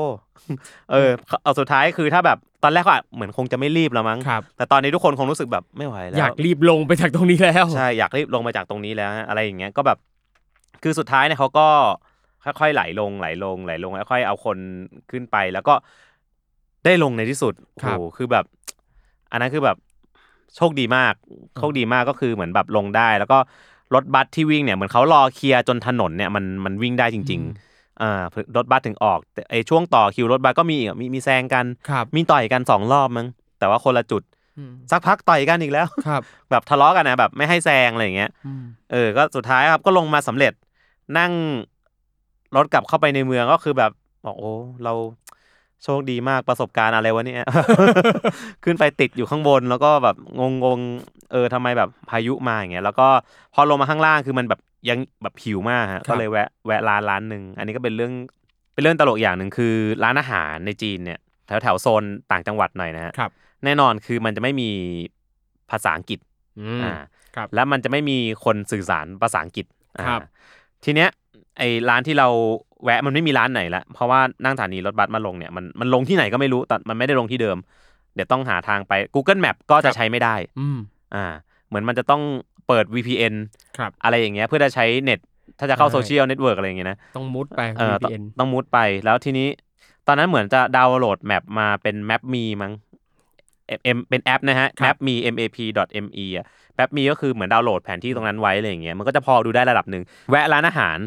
[SPEAKER 2] เออเอาสุดท้ายคือถ้าแบบตอนแรกก็อาจเหมือนคงจะไม่รีบแล้วมั้ง
[SPEAKER 1] ครับ
[SPEAKER 2] แต่ตอนนี้ทุกคนคงรู้สึกแบบไม่ไหวแล้ว
[SPEAKER 1] อยากรีบลงไปจากตรงนี้แล้ว
[SPEAKER 2] ใช่อยากรีบลงมาจากตรงนี้แล้วฮะอะไรอย่างเงี้ยก็แบบ คือสุดท้ายเนี่ยเขาก็ค่อยๆไหลลงไหลลงไหลลงค่อยๆเอาคนขึ้นไป แล้วก็ได้ลงในที่สุด
[SPEAKER 1] ครั
[SPEAKER 2] โอ้
[SPEAKER 1] บ
[SPEAKER 2] โหคือแบบ อันนั้นคือแบบโชคดีมากโชคดีมากก็คือเหมือนแบบลงได้ แล้วก็รถบัสที่วิ่งเนี่ยเหมือนเขารอเคลียร์จนถนนเนี่ยมันมันวิ่งได้จริง
[SPEAKER 1] อืม
[SPEAKER 2] ๆอ่ารถบัสถึงออกแต่ไอช่วงต่อคิวรถบัสก็มีอีกอะมีมีแซงกัน
[SPEAKER 1] ครับ
[SPEAKER 2] มีต่อยกันสองรอบมั้งแต่ว่าคนละจุด
[SPEAKER 1] อืม
[SPEAKER 2] สักพักต่อยกันอีกแล้ว
[SPEAKER 1] ครับ
[SPEAKER 2] แบบทะเลาะกันนะแบบไม่ให้แซงอะไรอย่างเงี้ย
[SPEAKER 1] อืม
[SPEAKER 2] เออ ก็สุดท้ายครับก็ลงมาสำเร็จนั่งรถกลับเข้าไปในเมืองก็คือแบบบอกโอ้เราโชคดีมากประสบการณ์อะไรวะเนี่ย ขึ้นไปติดอยู่ข้างบนแล้วก็แบบงงงๆเออทำไมแบบพายุมาอย่างเงี้ยแล้วก็พอลงมาข้างล่างคือมันแบบยังแบบหิวมากฮะ
[SPEAKER 1] ครับ
[SPEAKER 2] ก็เลยแวะแวะร้านร้านหนึ่งอันนี้ก็เป็นเรื่องเป็นเรื่องตลกอย่างหนึ่งคือร้านอาหารในจีนเนี่ยแถวแถวๆโซนต่างจังหวัดหน่อยนะฮะ
[SPEAKER 1] ครับ
[SPEAKER 2] แน่นอนคือมันจะไม่มีภาษาอังกฤษ
[SPEAKER 1] อืม
[SPEAKER 2] อ่า
[SPEAKER 1] ครับ
[SPEAKER 2] แล้วมันจะไม่มีคนสื่อสารภาษาอังกฤษ
[SPEAKER 1] ครั
[SPEAKER 2] อ่า
[SPEAKER 1] บ
[SPEAKER 2] ทีเนี้ยไอ้ร้านที่เราแวะมันไม่มีร้านไหนละเพราะว่านั่งสถานีรถบัสมาลงเนี่ยมันมันลงที่ไหนก็ไม่รู้แต่มันไม่ได้ลงที่เดิม เดี๋ยวต้องหาทางไป Google Map ก็จะใช้ไม่ได้
[SPEAKER 1] อืม
[SPEAKER 2] อ่าเหมือนมันจะต้องเปิด VPN
[SPEAKER 1] ครับ
[SPEAKER 2] อะไรอย่างเงี้ยเพื่อจะใช้เน็ตถ้าจะเข้า
[SPEAKER 1] ใช่
[SPEAKER 2] โซเชียลเน็ตเวิร์กอะไรอย่างเงี้ยนะ
[SPEAKER 1] ต้องมุดไป
[SPEAKER 2] เออต้อง
[SPEAKER 1] VPN
[SPEAKER 2] ต้องมุดไปแล้วทีนี้ ตอนนั้นเหมือนจะดาวน์โหลดแมปมาเป็นแมปมีมั้งเอ็มเอ็มเป็นแอปนะฮะ
[SPEAKER 1] ค
[SPEAKER 2] แม
[SPEAKER 1] รับ
[SPEAKER 2] ปมี map me อ่ะแมปมีก็คือเหมือนดาวน์โหลดแผนที่ตรงนั้นไว้อะไรอย่างเงี้ยมันก็จะพอดูได้ระดับหนึ่งแวะร้านอาหาร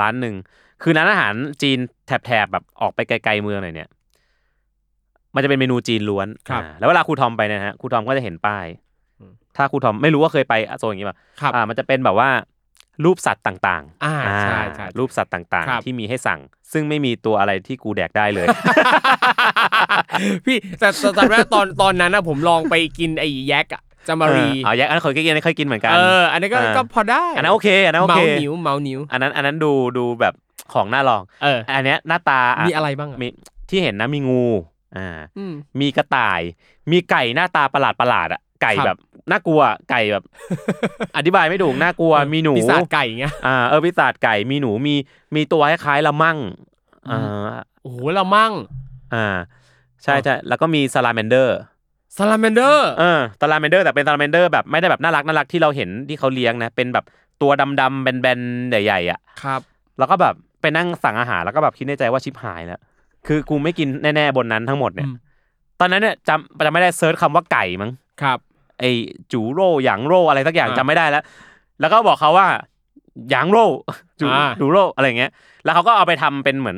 [SPEAKER 2] ร้านหนึ่งคือร้านอาหารจีนแถบๆแบบออกไปไกลๆเมืองหน่อยเนี่ย มันจะเป็นเมนูจีนล้วน
[SPEAKER 1] ครับ
[SPEAKER 2] อ่าแล้วเวลาครูทอมไปเนยนะฮะครูทอมก็จะเห็นป้าย
[SPEAKER 1] อืม
[SPEAKER 2] ถ้าครูทอมไม่รู้ว่าเคยไปโซนอย่างงี้ป่ะ
[SPEAKER 1] ครับ
[SPEAKER 2] อ่ามันจะเป็นแบบว่ารูปสัตว์ต่าง
[SPEAKER 1] อ่า
[SPEAKER 2] อ่า
[SPEAKER 1] ใช่ใช่
[SPEAKER 2] รูปสัตว์ต่าง
[SPEAKER 1] ครับ
[SPEAKER 2] ๆ ที่มีให้สั่ง ซึ่งไม่มีตัวอะไรที่กูแดกได้เลย
[SPEAKER 1] พี่แต่แต่แต่ว่าตอนตอนนั้นนะผมลองไปกินไอ้แยกอะจามารี
[SPEAKER 2] เออเอาแยกอันนั้นเคยกินอันนี้เคยกินเหมือนกัน
[SPEAKER 1] เอออันนี้ก็
[SPEAKER 2] เออ
[SPEAKER 1] ก็พอได้
[SPEAKER 2] อันนั้นโอเคอันนั้นโอ
[SPEAKER 1] เมา
[SPEAKER 2] เค
[SPEAKER 1] หนิวเมาหนิว
[SPEAKER 2] อันนั้นอันนั้นดูดูแบบของหน้าลอง
[SPEAKER 1] เออ
[SPEAKER 2] อันเนี้ยหน้าตาอ่ะ
[SPEAKER 1] มีอะไรบ้างอะ
[SPEAKER 2] มีที่เห็นนะมีงูอ่า
[SPEAKER 1] อืม
[SPEAKER 2] มีกระต่าย มีไก่หน้าตาประหลาดประหลาดๆอ่ะไก่
[SPEAKER 1] ครับ
[SPEAKER 2] แบบน่ากลัวไก่แบบ อธิบายไม่ถูกน่ากลัวมีหนู
[SPEAKER 1] ปีศาจไก่อย่างเงี้ย
[SPEAKER 2] อ่าเออปีศาจไก่มีหนูมีมีตัวคล้ายๆละมั่งอ่า
[SPEAKER 1] โอ้โหละมั่ง
[SPEAKER 2] อ่าใช่ใช่แล้วก็มีซาลาแมนเดอร์
[SPEAKER 1] ซาลาแมนเดอร์
[SPEAKER 2] เออซาลาแมนเดอร์แต่เป็นซาลาแมนเดอร์แบบไม่ได้แบบน่ารักน่ารักที่เราเห็นที่เขาเลี้ยงนะเป็นแบบตัวดำๆแบนๆใหญ่ๆอ่ะ
[SPEAKER 1] ครับ
[SPEAKER 2] แล้วก็แบบไปนั่งสั่งอาหารแล้วก็แบบคิดในใจว่าชิปหายแล้วคือกูไม่กินแน่ๆบนนั้นทั้งหมดเนี่ย
[SPEAKER 1] อืม
[SPEAKER 2] ตอนนั้นเนี่ยจำจำไม่ได้เซิร์ชคำว่าไก่มั้ง
[SPEAKER 1] ครับ
[SPEAKER 2] ไอ้จูโร่หยางโร่อะไรสักอย่าง
[SPEAKER 1] อ่า
[SPEAKER 2] จำไม่ได้แล้ว แล้วก็บอกเขาว่าหยางโร่ จู
[SPEAKER 1] อ่า
[SPEAKER 2] จูโร่อะไรอย่างเงี้ย แล้วเขาก็เอาไปทำเป็นเหมือน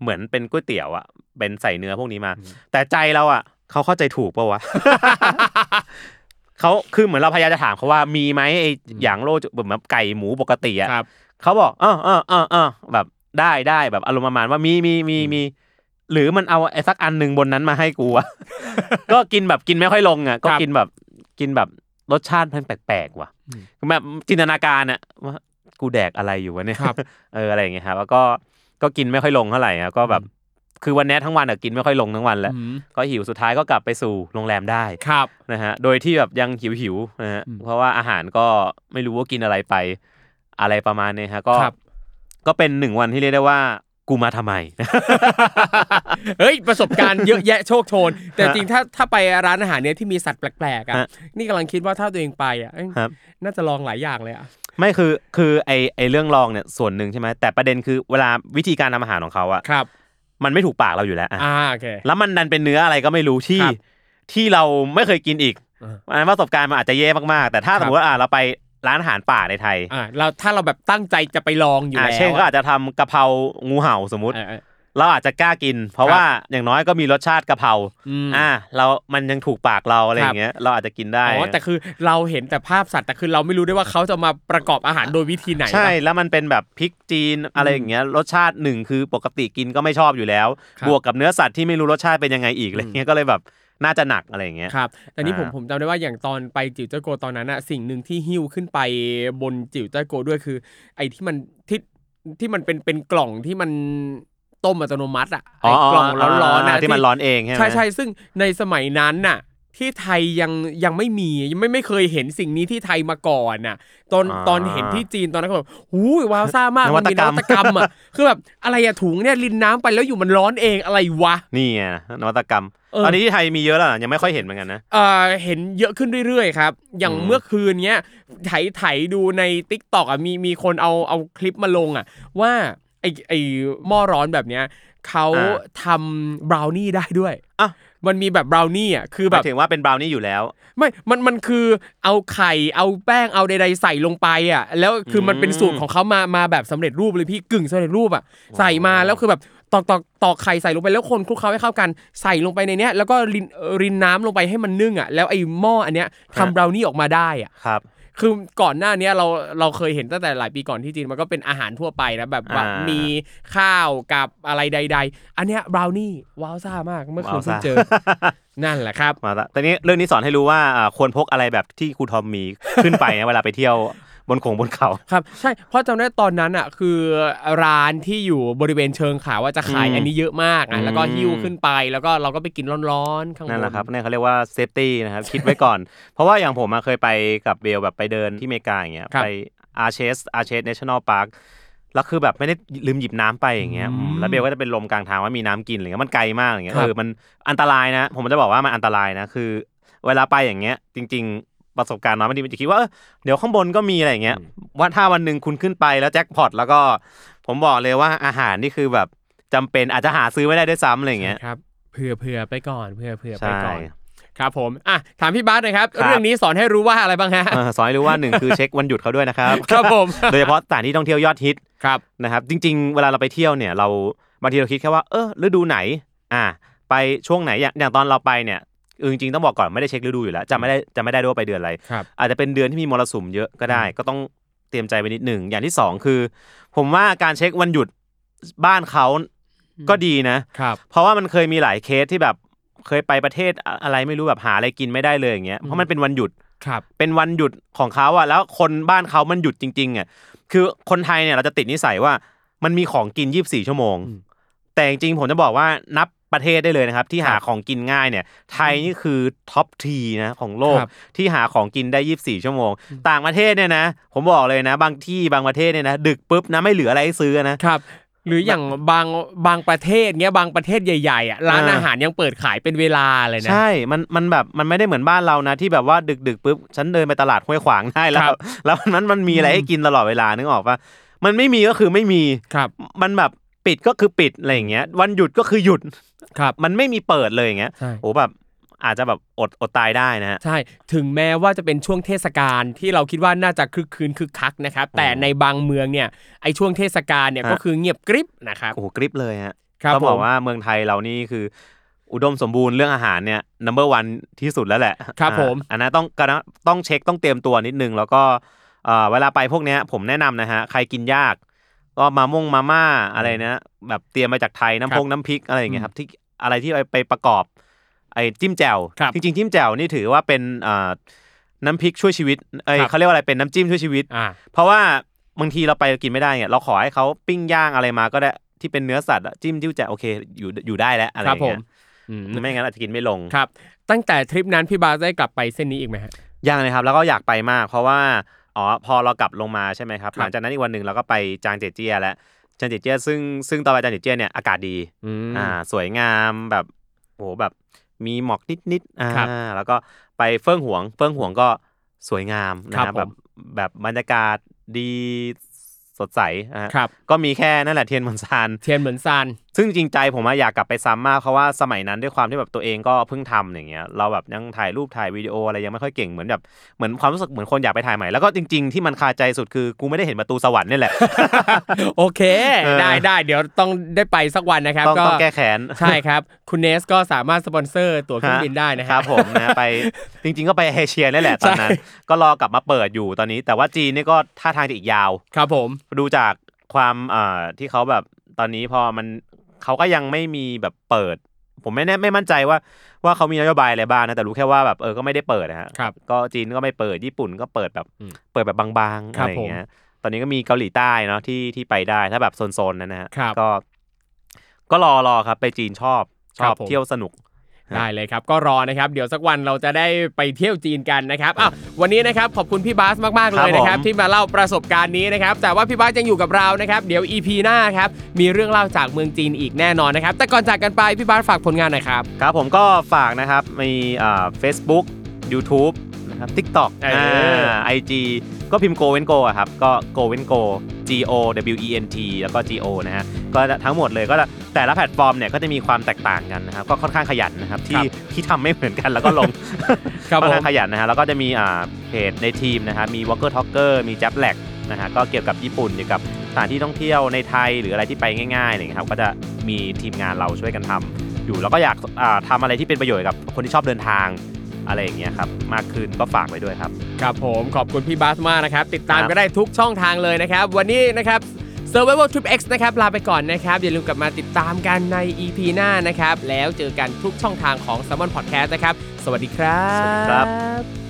[SPEAKER 2] เหมือนเป็นก๋วยเตี๋ยวอะเป็นใส่เนื้อพวกนี้มา แต่ใจเราอะเขาเข้าใจถูกปะ วะ เขาคือเหมือนเราพยายามจะถามเขาว่ามีไหมไอ้หยางโร่แบบแบบไก่หมูปกติอะ
[SPEAKER 1] ครับ
[SPEAKER 2] เขาบอกเออเออเออเออแบบได้ได้แบบอารมณ์ประมาณว่ามีมีมีมี หรือมันเอาไอ้สักอันหนึ่งบนนั้นมาให้กูอะ ก็ กินแบบกินไม่ค่อยลงอ่ะ ก็
[SPEAKER 1] ครับ
[SPEAKER 2] กินแบบกินแบบรสชาติมันแปลกๆว่ะ
[SPEAKER 1] อืม
[SPEAKER 2] คือแบบจินตนาการอะว่ากูแดกอะไรอยู่วะเนี่ย
[SPEAKER 1] ครับ
[SPEAKER 2] เอออะไรอย่างเงี้ยครับแล้วก็ก็กินไม่ค่อยลงเท่าไหร่ครับก็แบบคือวันเนี้ยทั้งวันอะกินไม่ค่อยลงทั้งวันแล้ว
[SPEAKER 1] อืม
[SPEAKER 2] ก็หิวสุดท้ายก็กลับไปสู่โรงแรมได้
[SPEAKER 1] ครับ
[SPEAKER 2] นะฮะ โดยที่แบบยังหิวหิวๆนะฮะ
[SPEAKER 1] อืม
[SPEAKER 2] เพราะว่าอาหารก็ไม่รู้ว่ากินอะไรไป อะไรประมาณเนี้ยฮะ ก็
[SPEAKER 1] ครับ
[SPEAKER 2] ก็เป็นหนึ่งวันที่เรียกได้ว่า กูมาทำไม
[SPEAKER 1] เฮ้ยประสบการณ์เยอะแยะโชคโชน แต่จริงถ้าถ้าไปร้านอาหารเนี้ยที่มีสัตว์แปลกๆอ่ะ
[SPEAKER 2] ฮะ
[SPEAKER 1] นี่กำลังคิดว่าถ้าตัวเองไปอ่ะเอ้ย
[SPEAKER 2] ครับ
[SPEAKER 1] น่าจะลองหลายอย่างเลยอ่ะ
[SPEAKER 2] ไม่คือ คือไอไอเรื่องลองเนี่ยส่วนหนึ่งใช่ไหม แต่ประเด็นคือเวลาวิธีการทำอาหารของเขาอะ
[SPEAKER 1] ครับ
[SPEAKER 2] มันไม่ถูกปากเราอยู่แล้วอะ
[SPEAKER 1] อ่าโอเค
[SPEAKER 2] แล้วมันดันเป็นเนื้ออะไรก็ไม่รู้ที่
[SPEAKER 1] ครับ
[SPEAKER 2] ที่เราไม่เคยกินอีก
[SPEAKER 1] เออ
[SPEAKER 2] อันนั้นประสบการณ์มันอาจจะแย่มากๆ แต่ถ้า
[SPEAKER 1] ครับ
[SPEAKER 2] สมมติว่าอ่ะเราไปร้านอาหารป่าในไทย
[SPEAKER 1] อ่าเราถ้าเราแบบตั้งใจจะไปลองอยู่
[SPEAKER 2] อ่ะ
[SPEAKER 1] แล้ว
[SPEAKER 2] เช่นก็อาจจะทำกะเพรางูเห่าสมมติ
[SPEAKER 1] เออเออ
[SPEAKER 2] เราอาจจะกล้ากิน เพ
[SPEAKER 1] ค
[SPEAKER 2] ราะ
[SPEAKER 1] รับ
[SPEAKER 2] ว่าอย่างน้อยก็มีรสชาติกะเพรา
[SPEAKER 1] อืม
[SPEAKER 2] อ่าเรา มันยังถูกปากเราอะไร
[SPEAKER 1] ค
[SPEAKER 2] อ
[SPEAKER 1] รับ
[SPEAKER 2] ย่างเงี้ย เราอาจจะกินได้
[SPEAKER 1] อ๋อแต่คือเราเห็นแต่ภาพสัตว์แต่คือเราไม่รู้ด้วยว่าเขาจะมาประกอบอาหารโดยวิธีไหน
[SPEAKER 2] ใช่
[SPEAKER 1] ปะ
[SPEAKER 2] แล้วมันเป็นแบบพริกจีนอะไรอย่างเงี้ยรสชาติหนึ่งคือปกติกินก็ไม่ชอบอยู่แล้ว
[SPEAKER 1] ครับ
[SPEAKER 2] บวกกับเนื้อสัตว์ที่ไม่รู้รสชาติเป็นยังไงอีกอะไรเงี้ยก็เลยแบบน่าจะหนักอะไรอย่างเงี้ย
[SPEAKER 1] ครับแต่นี่ผม
[SPEAKER 2] อ่า
[SPEAKER 1] ผมจำได้ว่าอย่างตอนไปจิ๋วเจ้าโกตอนนั้นอะสิ่งหนึ่งที่หิ้วขึ้นไปบนจิ๋วเจ้าโกด้วยคือ ไอ้ที่มันที่ที่มันเป็นเป็นกล่องที่มัน ต้มอัตโนมัติอ่ะ
[SPEAKER 2] อ๋
[SPEAKER 1] ไอ้กล่องร้อนๆ
[SPEAKER 2] า
[SPEAKER 1] นะ
[SPEAKER 2] ที่มันร้อนเองใช่ไหม
[SPEAKER 1] ใช่ใช่ซึ่งในสมัยนั้นน่ะ ที่ไทยยังยังไม่มียังไม่ไม่เคยเห็นสิ่งนี้ที่ไทยมาก่อนน่ะ ตอน
[SPEAKER 2] อ่า
[SPEAKER 1] ตอนเห็นที่จีนตอนนั้นก็แบบหูยว้าวซ่ามากมันมีน
[SPEAKER 2] นวั
[SPEAKER 1] วัต
[SPEAKER 2] ต
[SPEAKER 1] ก
[SPEAKER 2] ก
[SPEAKER 1] ร
[SPEAKER 2] ร
[SPEAKER 1] ร
[SPEAKER 2] ร
[SPEAKER 1] ม
[SPEAKER 2] ม
[SPEAKER 1] อ่ะคือแบบอะไรอะถุงเนี่ยลินน้ำไปแล้วอยู่มันร้อนเองอะไรวะ
[SPEAKER 2] นี่ไงนวัตกรรม
[SPEAKER 1] เอออั
[SPEAKER 2] อันนี้ที่ไทยมีเยอะแล้วนะยังไม่ค่อยเห็นเหมือนกันนะ
[SPEAKER 1] เอ่อเห็นเยอะขึ้นเรื่อยๆครับ อย่าง
[SPEAKER 2] อืม
[SPEAKER 1] เมื่อคืนเนี้ยไถไถดูใน t ิ k t o k อ่ะมีมีคนเอาเอาคลิปมาลงอ่ะ ว่าไอไอหม้อร้อนแบบเนี้ยเขาทำบราวนี่ได้ด้วย
[SPEAKER 2] อ่ะ
[SPEAKER 1] มันมีแบบบราวนี่อ่ะคือ
[SPEAKER 2] ห
[SPEAKER 1] แบ
[SPEAKER 2] มาย
[SPEAKER 1] บ
[SPEAKER 2] ถึงว่าเป็นบราวนี่อยู่แล้ว
[SPEAKER 1] ไม่ มัน มันคือเอาไข่ เอาแป้ง เอาใดๆใส่ลงไปอ่ะ แล้วคือมันเป็นสูตรของเขามา มาแบบสำเร็จรูปเลยพี่ กึ่งสำเร็จรูปอ่ะ ใส่มาแล้วคือแบบตอกตอกตอกไข่ใส่ลงไปแล้วคนคลุกเคล้าให้เข้ากัน ใส่ลงไปในเนี้ย แล้วก็รินเอ่อรินน้ำลงไปให้มันนึ่งอ่ะ แล้วไอ้หม้ออันเนี้ยทำ
[SPEAKER 2] ฮะ
[SPEAKER 1] บราวนี่ออกมาได้อ่ะ
[SPEAKER 2] ครับ
[SPEAKER 1] คือก่อนหน้าเนี้ยเราเราเคยเห็นตั้งแต่หลายปีก่อนที่จีนมันก็เป็นอาหารทั่วไปนะแบบว่า
[SPEAKER 2] อ่า
[SPEAKER 1] มี
[SPEAKER 2] มี
[SPEAKER 1] ข้าวกับอะไรใด ๆ อันเนี้ยบราวนี่ว้าวซ่ามากเมื่อคืนเพิ่ง
[SPEAKER 2] ว้าวซ่า
[SPEAKER 1] เจอ นั่นแหละครับ
[SPEAKER 2] มาละแต่นี้เรื่องนี้สอนให้รู้ว่าอ่าควรพกอะไรแบบที่ครูทอมมีขึ้นไปนะ เวลาไปเที่ยวบนโขงบนเขา
[SPEAKER 1] ครับใช่เพราะจำได้ตอนนั้นอ่ะคือร้านที่อยู่บริเวณเชิงเขาว่าจะขาย
[SPEAKER 2] อืม
[SPEAKER 1] อันนี้เยอะมากอ่ะ
[SPEAKER 2] อืม
[SPEAKER 1] แล้วก็หิ้วขึ้นไปแล้วก็เราก็ไปกินร้อนๆข้างบน
[SPEAKER 2] นั่นแหละครับเนี่ยเขาเรียกว่าเซฟตี้นะครับ คิดไว้ก่อน เพราะว่าอย่างผมอะเคยไปกับเบลแบบไปเดินที่อเมริกาอย่างเงี้ยไปอาร์เชสอาร์เชสเนชั่นแนลพาร์คแล้วคือแบบไม่ได้ลืมหยิบน้ำไปอย่างเงี้ยอืมแล้วเบลก็จะเป็นลมกลางทางว่ามีน้ำกินอะไรเงี้ยมันไกลมากอย่างเงี้ย
[SPEAKER 1] ครับ
[SPEAKER 2] เออมันอันตรายนะ ผมจะบอกว่ามันอันตรายนะคือ เวลาไปอย่างเงี้ย จริง ๆ ประสบการณ์น้อยมันดีมันจะคิดว่าเออเดี๋ยวข้างบนก็มีอะไรอย่างเงี้ยว่าถ้าวันหนึ่งคุณขึ้นไปแล้วแจ็คพอตแล้วก็ ผมบอกเลยว่าอาหารนี่คือแบบจำเป็นอาจจะหาซื้อไม่ได้ด้วยซ้ำอะไรอย่างเงี้ย
[SPEAKER 1] ครับเผื่อเผื่อไปก่อนเผื่อเผื่อไป
[SPEAKER 2] ใช่
[SPEAKER 1] ก่อนครับผมอ่ะถามพี่บาสหน่อยครับ
[SPEAKER 2] ครับ
[SPEAKER 1] เรื่องนี้สอนให้รู้ว่าอะไรบ้างฮะ
[SPEAKER 2] เออสอนให้รู้ว่าหนึ่งคือเช็ควันหยุดเขาด้วยนะครับ
[SPEAKER 1] ครับผม
[SPEAKER 2] โดยเฉพาะสถานที่ท่องเที่ยวยอดฮิต
[SPEAKER 1] ครับ
[SPEAKER 2] นะครับจริง ๆ เวลาเราไปเที่ยวเนี่ยเราบางทีเราคิดแค่ว่าเออฤดูไหนอ่าไปช่วงไหนอย่างอย่างตอนเราไปเนี่ยเออจริงๆต้องบอกก่อนไม่ได้เช็คฤดูอยู่แล้วจำไม่ได้จำไม่ได้ด้วยว่าไปเดือนอะไร
[SPEAKER 1] ครับ
[SPEAKER 2] อาจจะเป็นเดือนที่มีมรสุมเยอะก็ได้ ก็ต้องเตรียมใจไว้นิดหนึ่งอย่างที่สองคือ ผมว่าการเช็ควันหยุดบ้านเขาก็ดีนะ
[SPEAKER 1] ครับ
[SPEAKER 2] เพราะว่ามันเคยมีหลายเคสที่แบบเคยไปประเทศอะอะไรไม่รู้แบบหาอะไรกินไม่ได้เลยอย่างเงี้ยเพราะมันเป็นวันหยุด
[SPEAKER 1] ครับ
[SPEAKER 2] เป็นวันหยุดของเขาอะแล้วคนบ้านเขามันหยุดจริงๆอะคือคนไทยเนี่ยเราจะติดนิสัยว่ามันมีของกิน 24 ชั่วโมง แต่จริงๆผมจะบอกว่านับประเทศได้เลยนะครับ ที่หาของกินง่ายเนี่ย ไทยนี่คือท็อปทีนะของโลก
[SPEAKER 1] ครับ
[SPEAKER 2] ที่หาของกินได้ 24 ชั่วโมง ต่างประเทศเนี่ยนะ ผมบอกเลยนะ บางที่บางประเทศเนี่ยนะดึกปุ๊บนะไม่เหลืออะไรให้ซื้อนะ
[SPEAKER 1] ครับ หรืออย่างบางบางประเทศเนี้ยบางประเทศใหญ่ๆอ่ะร้าน
[SPEAKER 2] อ่า
[SPEAKER 1] อาหารยังเปิดขายเป็นเวลาเลยนะ
[SPEAKER 2] ใช่ มัน มันแบบ มันไม่ได้เหมือนบ้านเรานะ ที่แบบว่าดึกดึกๆปุ๊บ ฉันเดินไปตลาดห้วยขวางได้แล้
[SPEAKER 1] ครั
[SPEAKER 2] ว
[SPEAKER 1] บ
[SPEAKER 2] แล้วมันมันมันมีอะไรให้กินตลอดเวลา นึกออกปะมันไม่มีก็คือไม่มี
[SPEAKER 1] ครับ
[SPEAKER 2] มันแบบปิดก็คือปิดอะไรอย่างเงี้ย วันหยุดก็คือหยุด
[SPEAKER 1] ครับ
[SPEAKER 2] มันไม่มีเปิดเลยอย่างเงี้ย
[SPEAKER 1] ใช่
[SPEAKER 2] โอ้แบบอาจจะแบบอดอดตายได้นะฮะ
[SPEAKER 1] ใช่ ถึงแม้ว่าจะเป็นช่วงเทศกาลที่เราคิดว่าน่าจะคึกคืนคึกคักนะครับ แต่ในบางเมืองเนี่ย ไอช่วงเทศกาลเนี่ย
[SPEAKER 2] ฮะ
[SPEAKER 1] ก็คือเงียบกริบนะครับ
[SPEAKER 2] โอ้โหกริบเลยฮะ
[SPEAKER 1] ครับ
[SPEAKER 2] ต้องบอ
[SPEAKER 1] ผ
[SPEAKER 2] ก
[SPEAKER 1] ม
[SPEAKER 2] ว่าเมืองไทยเรานี่คือ อุดมสมบูรณ์เรื่องอาหารเนี่ย number one ที่สุดแล้วแหละ
[SPEAKER 1] ครับ
[SPEAKER 2] อ่า
[SPEAKER 1] ผม
[SPEAKER 2] อันนั้นต้องก็นะต้องเช็คต้องเตรียมตัวนิดนึง แล้วก็เอ่อเวลาไปพวกเนี้ยผมแนะนำนะฮะ ใครกินยาก ก็มาม่งมาม่าอะไรนะแบบเตรียมมาจากไทย
[SPEAKER 1] ครับ
[SPEAKER 2] น้ำพงน้ำพริกอะไรอย่างเงี้ยครับที่อะไรที่ไปประกอบ ไอ้จิ้มแจ่ว
[SPEAKER 1] ครับ
[SPEAKER 2] จริงๆจิ้มแจ่วนี่ถือว่าเป็นเอ่อน้ำพริกช่วยชีวิตเอ้ย
[SPEAKER 1] ครับ
[SPEAKER 2] เขาเรียกว่าอะไรเป็นน้ำจิ้มช่วยชีวิต
[SPEAKER 1] อ่า
[SPEAKER 2] เพราะว่าบางทีเราไปกินไม่ได้เนี่ยเราขอให้เขาปิ้งย่างอะไรมาก็ได้ที่เป็นเนื้อสัตว์อะจิ้มจิ้วแจ่วโอเคอยู่อยู่ได้แล้วอะไรอย่าง
[SPEAKER 1] ค
[SPEAKER 2] เงี้
[SPEAKER 1] รับผม
[SPEAKER 2] ย
[SPEAKER 1] อืม
[SPEAKER 2] ไม่งั้นอาจจะกินไม่ลง
[SPEAKER 1] ครับ ตั้งแต่ทริปนั้นพี่บาสได้กลับไปเส้นนี้อีกไหมฮะ
[SPEAKER 2] ยังเลยครับแล้วก็อยากไปมาก เพราะว่าอ๋อพอเรากลับลงมาใช่ไหมครับ
[SPEAKER 1] ครับ
[SPEAKER 2] หลังจากนั้นอีกวันหนึ่งเราก็ไปจางเจยเจียแล้วจางเจยเจียซึ่งซึ่งตอนไปจางเจยเจียเนี่ยอากาศดี
[SPEAKER 1] อืม
[SPEAKER 2] อ่าสวยงามแบบโหแบบมีหมอกนิดนิดๆอ่า
[SPEAKER 1] ครับ
[SPEAKER 2] แล้วก็ไปเฟิ่งหวง เฟิ่งหวงก็สวยงามนะ
[SPEAKER 1] ครั
[SPEAKER 2] ฮะ
[SPEAKER 1] บผ
[SPEAKER 2] แบบ
[SPEAKER 1] ม
[SPEAKER 2] แบบบรรยากาศดีสดใสอ่า
[SPEAKER 1] ครับ
[SPEAKER 2] ก็มีแค่นั่นแหละเทียนหมอนซาน
[SPEAKER 1] เทียนเหมือนซาน
[SPEAKER 2] ซึ่งจริงใจผมอะอยากกลับไปซ้ำมากเพราะว่าสมัยนั้นด้วยความที่แบบตัวเองก็เพิ่งทำอย่างเงี้ยเราแบบยังถ่ายรูปถ่ายวิดีโออะไรยังไม่ค่อยเก่งเหมือนแบบเหมือนความรู้สึกเหมือนคนอยากไปถ่ายใหม่แล้วก็จริง ๆ ที่มันคาใจสุดคือกูไม่ได้เห็นประตูสวรรค์นี่แหละ
[SPEAKER 1] โอเค
[SPEAKER 2] เออ
[SPEAKER 1] ได้ได้เดี๋ยวต้องได้ไปสักวันนะครับ
[SPEAKER 2] ต้องต้องแก้แค้น
[SPEAKER 1] ใช่ครับ คุณเนสก็สามารถสปอนเซอร์ตั๋วเครื่องบินได้นะ
[SPEAKER 2] ค
[SPEAKER 1] ค
[SPEAKER 2] รั
[SPEAKER 1] รั
[SPEAKER 2] บบ ผมนะไปจริง ๆ ก็ไปเอเชียนี่แหละตอนนั้น ก็รอกลับมาเปิดอยู่ตอนนี้ แต่ว่าจีนนี่ก็ท่าทางจะอีกยาว
[SPEAKER 1] ครับผม
[SPEAKER 2] ดูจากความอ่าที่เขาแบบตอนนี้พอมันเขาก็ยังไม่มีแบบเปิด ผมไม่แน่ไม่มั่นใจว่าว่าเขามีนโยบายอะไรบ้างนะแต่รู้แค่ว่าแบบเออก็ไม่ได้เปิดนะฮะ
[SPEAKER 1] ครับ
[SPEAKER 2] ก็จีนก็ไม่เปิดญี่ปุ่นก็เปิดแบบ
[SPEAKER 1] อืม
[SPEAKER 2] เปิดแบบบางๆ
[SPEAKER 1] ครับ
[SPEAKER 2] อะไรอย่างเงี้ยตอนนี้ก็มีเกาหลีใต้เนาะที่ที่ไปได้ถ้าแบบโซนๆนั้นนะฮะ
[SPEAKER 1] ครับ
[SPEAKER 2] ก็ ก็รอรอครับไปจีนชอบ
[SPEAKER 1] ค
[SPEAKER 2] ชอบ
[SPEAKER 1] รับผม
[SPEAKER 2] เที่ยวสนุก
[SPEAKER 1] ได้เลยครับก็รอนะครับ เดี๋ยวสักวันเราจะได้ไปเที่ยวจีนกันนะครับอ้าววันนี้นะครับขอบคุณพี่บาสมากๆเลยนะครับ
[SPEAKER 2] ครับผม
[SPEAKER 1] ที่มาเล่าประสบการณ์นี้นะครับแต่ว่าพี่บาสยังอยู่กับเรานะครับเดี๋ยว EP หน้าครับมีเรื่องเล่าจากเมืองจีนอีกแน่นอนนะครับแต่ก่อนจากกันไปพี่บาสฝากผลงานหน่อยครับ
[SPEAKER 2] ครับผมก็ฝากนะครับ มีอ่า Facebook YouTube นะครับ TikTok
[SPEAKER 1] เอออ่
[SPEAKER 2] ไอจีก็พิมพ์ Go เว้น Go อะครับ ก็ Go เว้น Go G O W E N T แล้วก็ G O นะฮะ ก็ทั้งหมดเลยก็แต่ละแพลตฟอร์มเนี่ยก็จะมีความแตกต่างกันนะครับ ก็ค่อนข้างขยันนะครับ ที่ที่ทำไม่เหมือนกันแล้วก็ลง
[SPEAKER 1] ครับ
[SPEAKER 2] ค่อ
[SPEAKER 1] ผ
[SPEAKER 2] น
[SPEAKER 1] ม
[SPEAKER 2] ข้างขยันนะฮะ แล้วก็จะมีอ่าเพจในทีมนะฮะ มี Walker Talker มี j a b l a c นะฮะ ก็เกี่ยวกับญี่ปุ่น เกี่ยวกับสถานที่ท่องเที่ยวในไทยหรืออะไรที่ไปง่ายๆอะไรอย่างเงี้ยครับ ก็จะมีทีมงานเราช่วยกันทำอยู่ แล้วก็อยากอ่าทำาอะไรที่เป็นประโยชน์กับคนที่ชอบเดินทางอะไรอย่างเงี้ยครับ มากขึ้นก็ฝากไว้ด้วยครับ
[SPEAKER 1] ครับผมขอบคุณพี่บาสมากนะครับ ติดตาม
[SPEAKER 2] ครับ
[SPEAKER 1] ก็ได้ทุกช่องทางเลยนะครับ วันนี้นะครับ Survival Trip X นะครับ ลาไปก่อนนะครับ อย่าลืมกลับมาติดตามกันใน EP หน้านะครับ แล้วเจอกันทุกช่องทางของ s ซ m o n Podcast นะครับ สวัสดีครับ
[SPEAKER 2] ครับ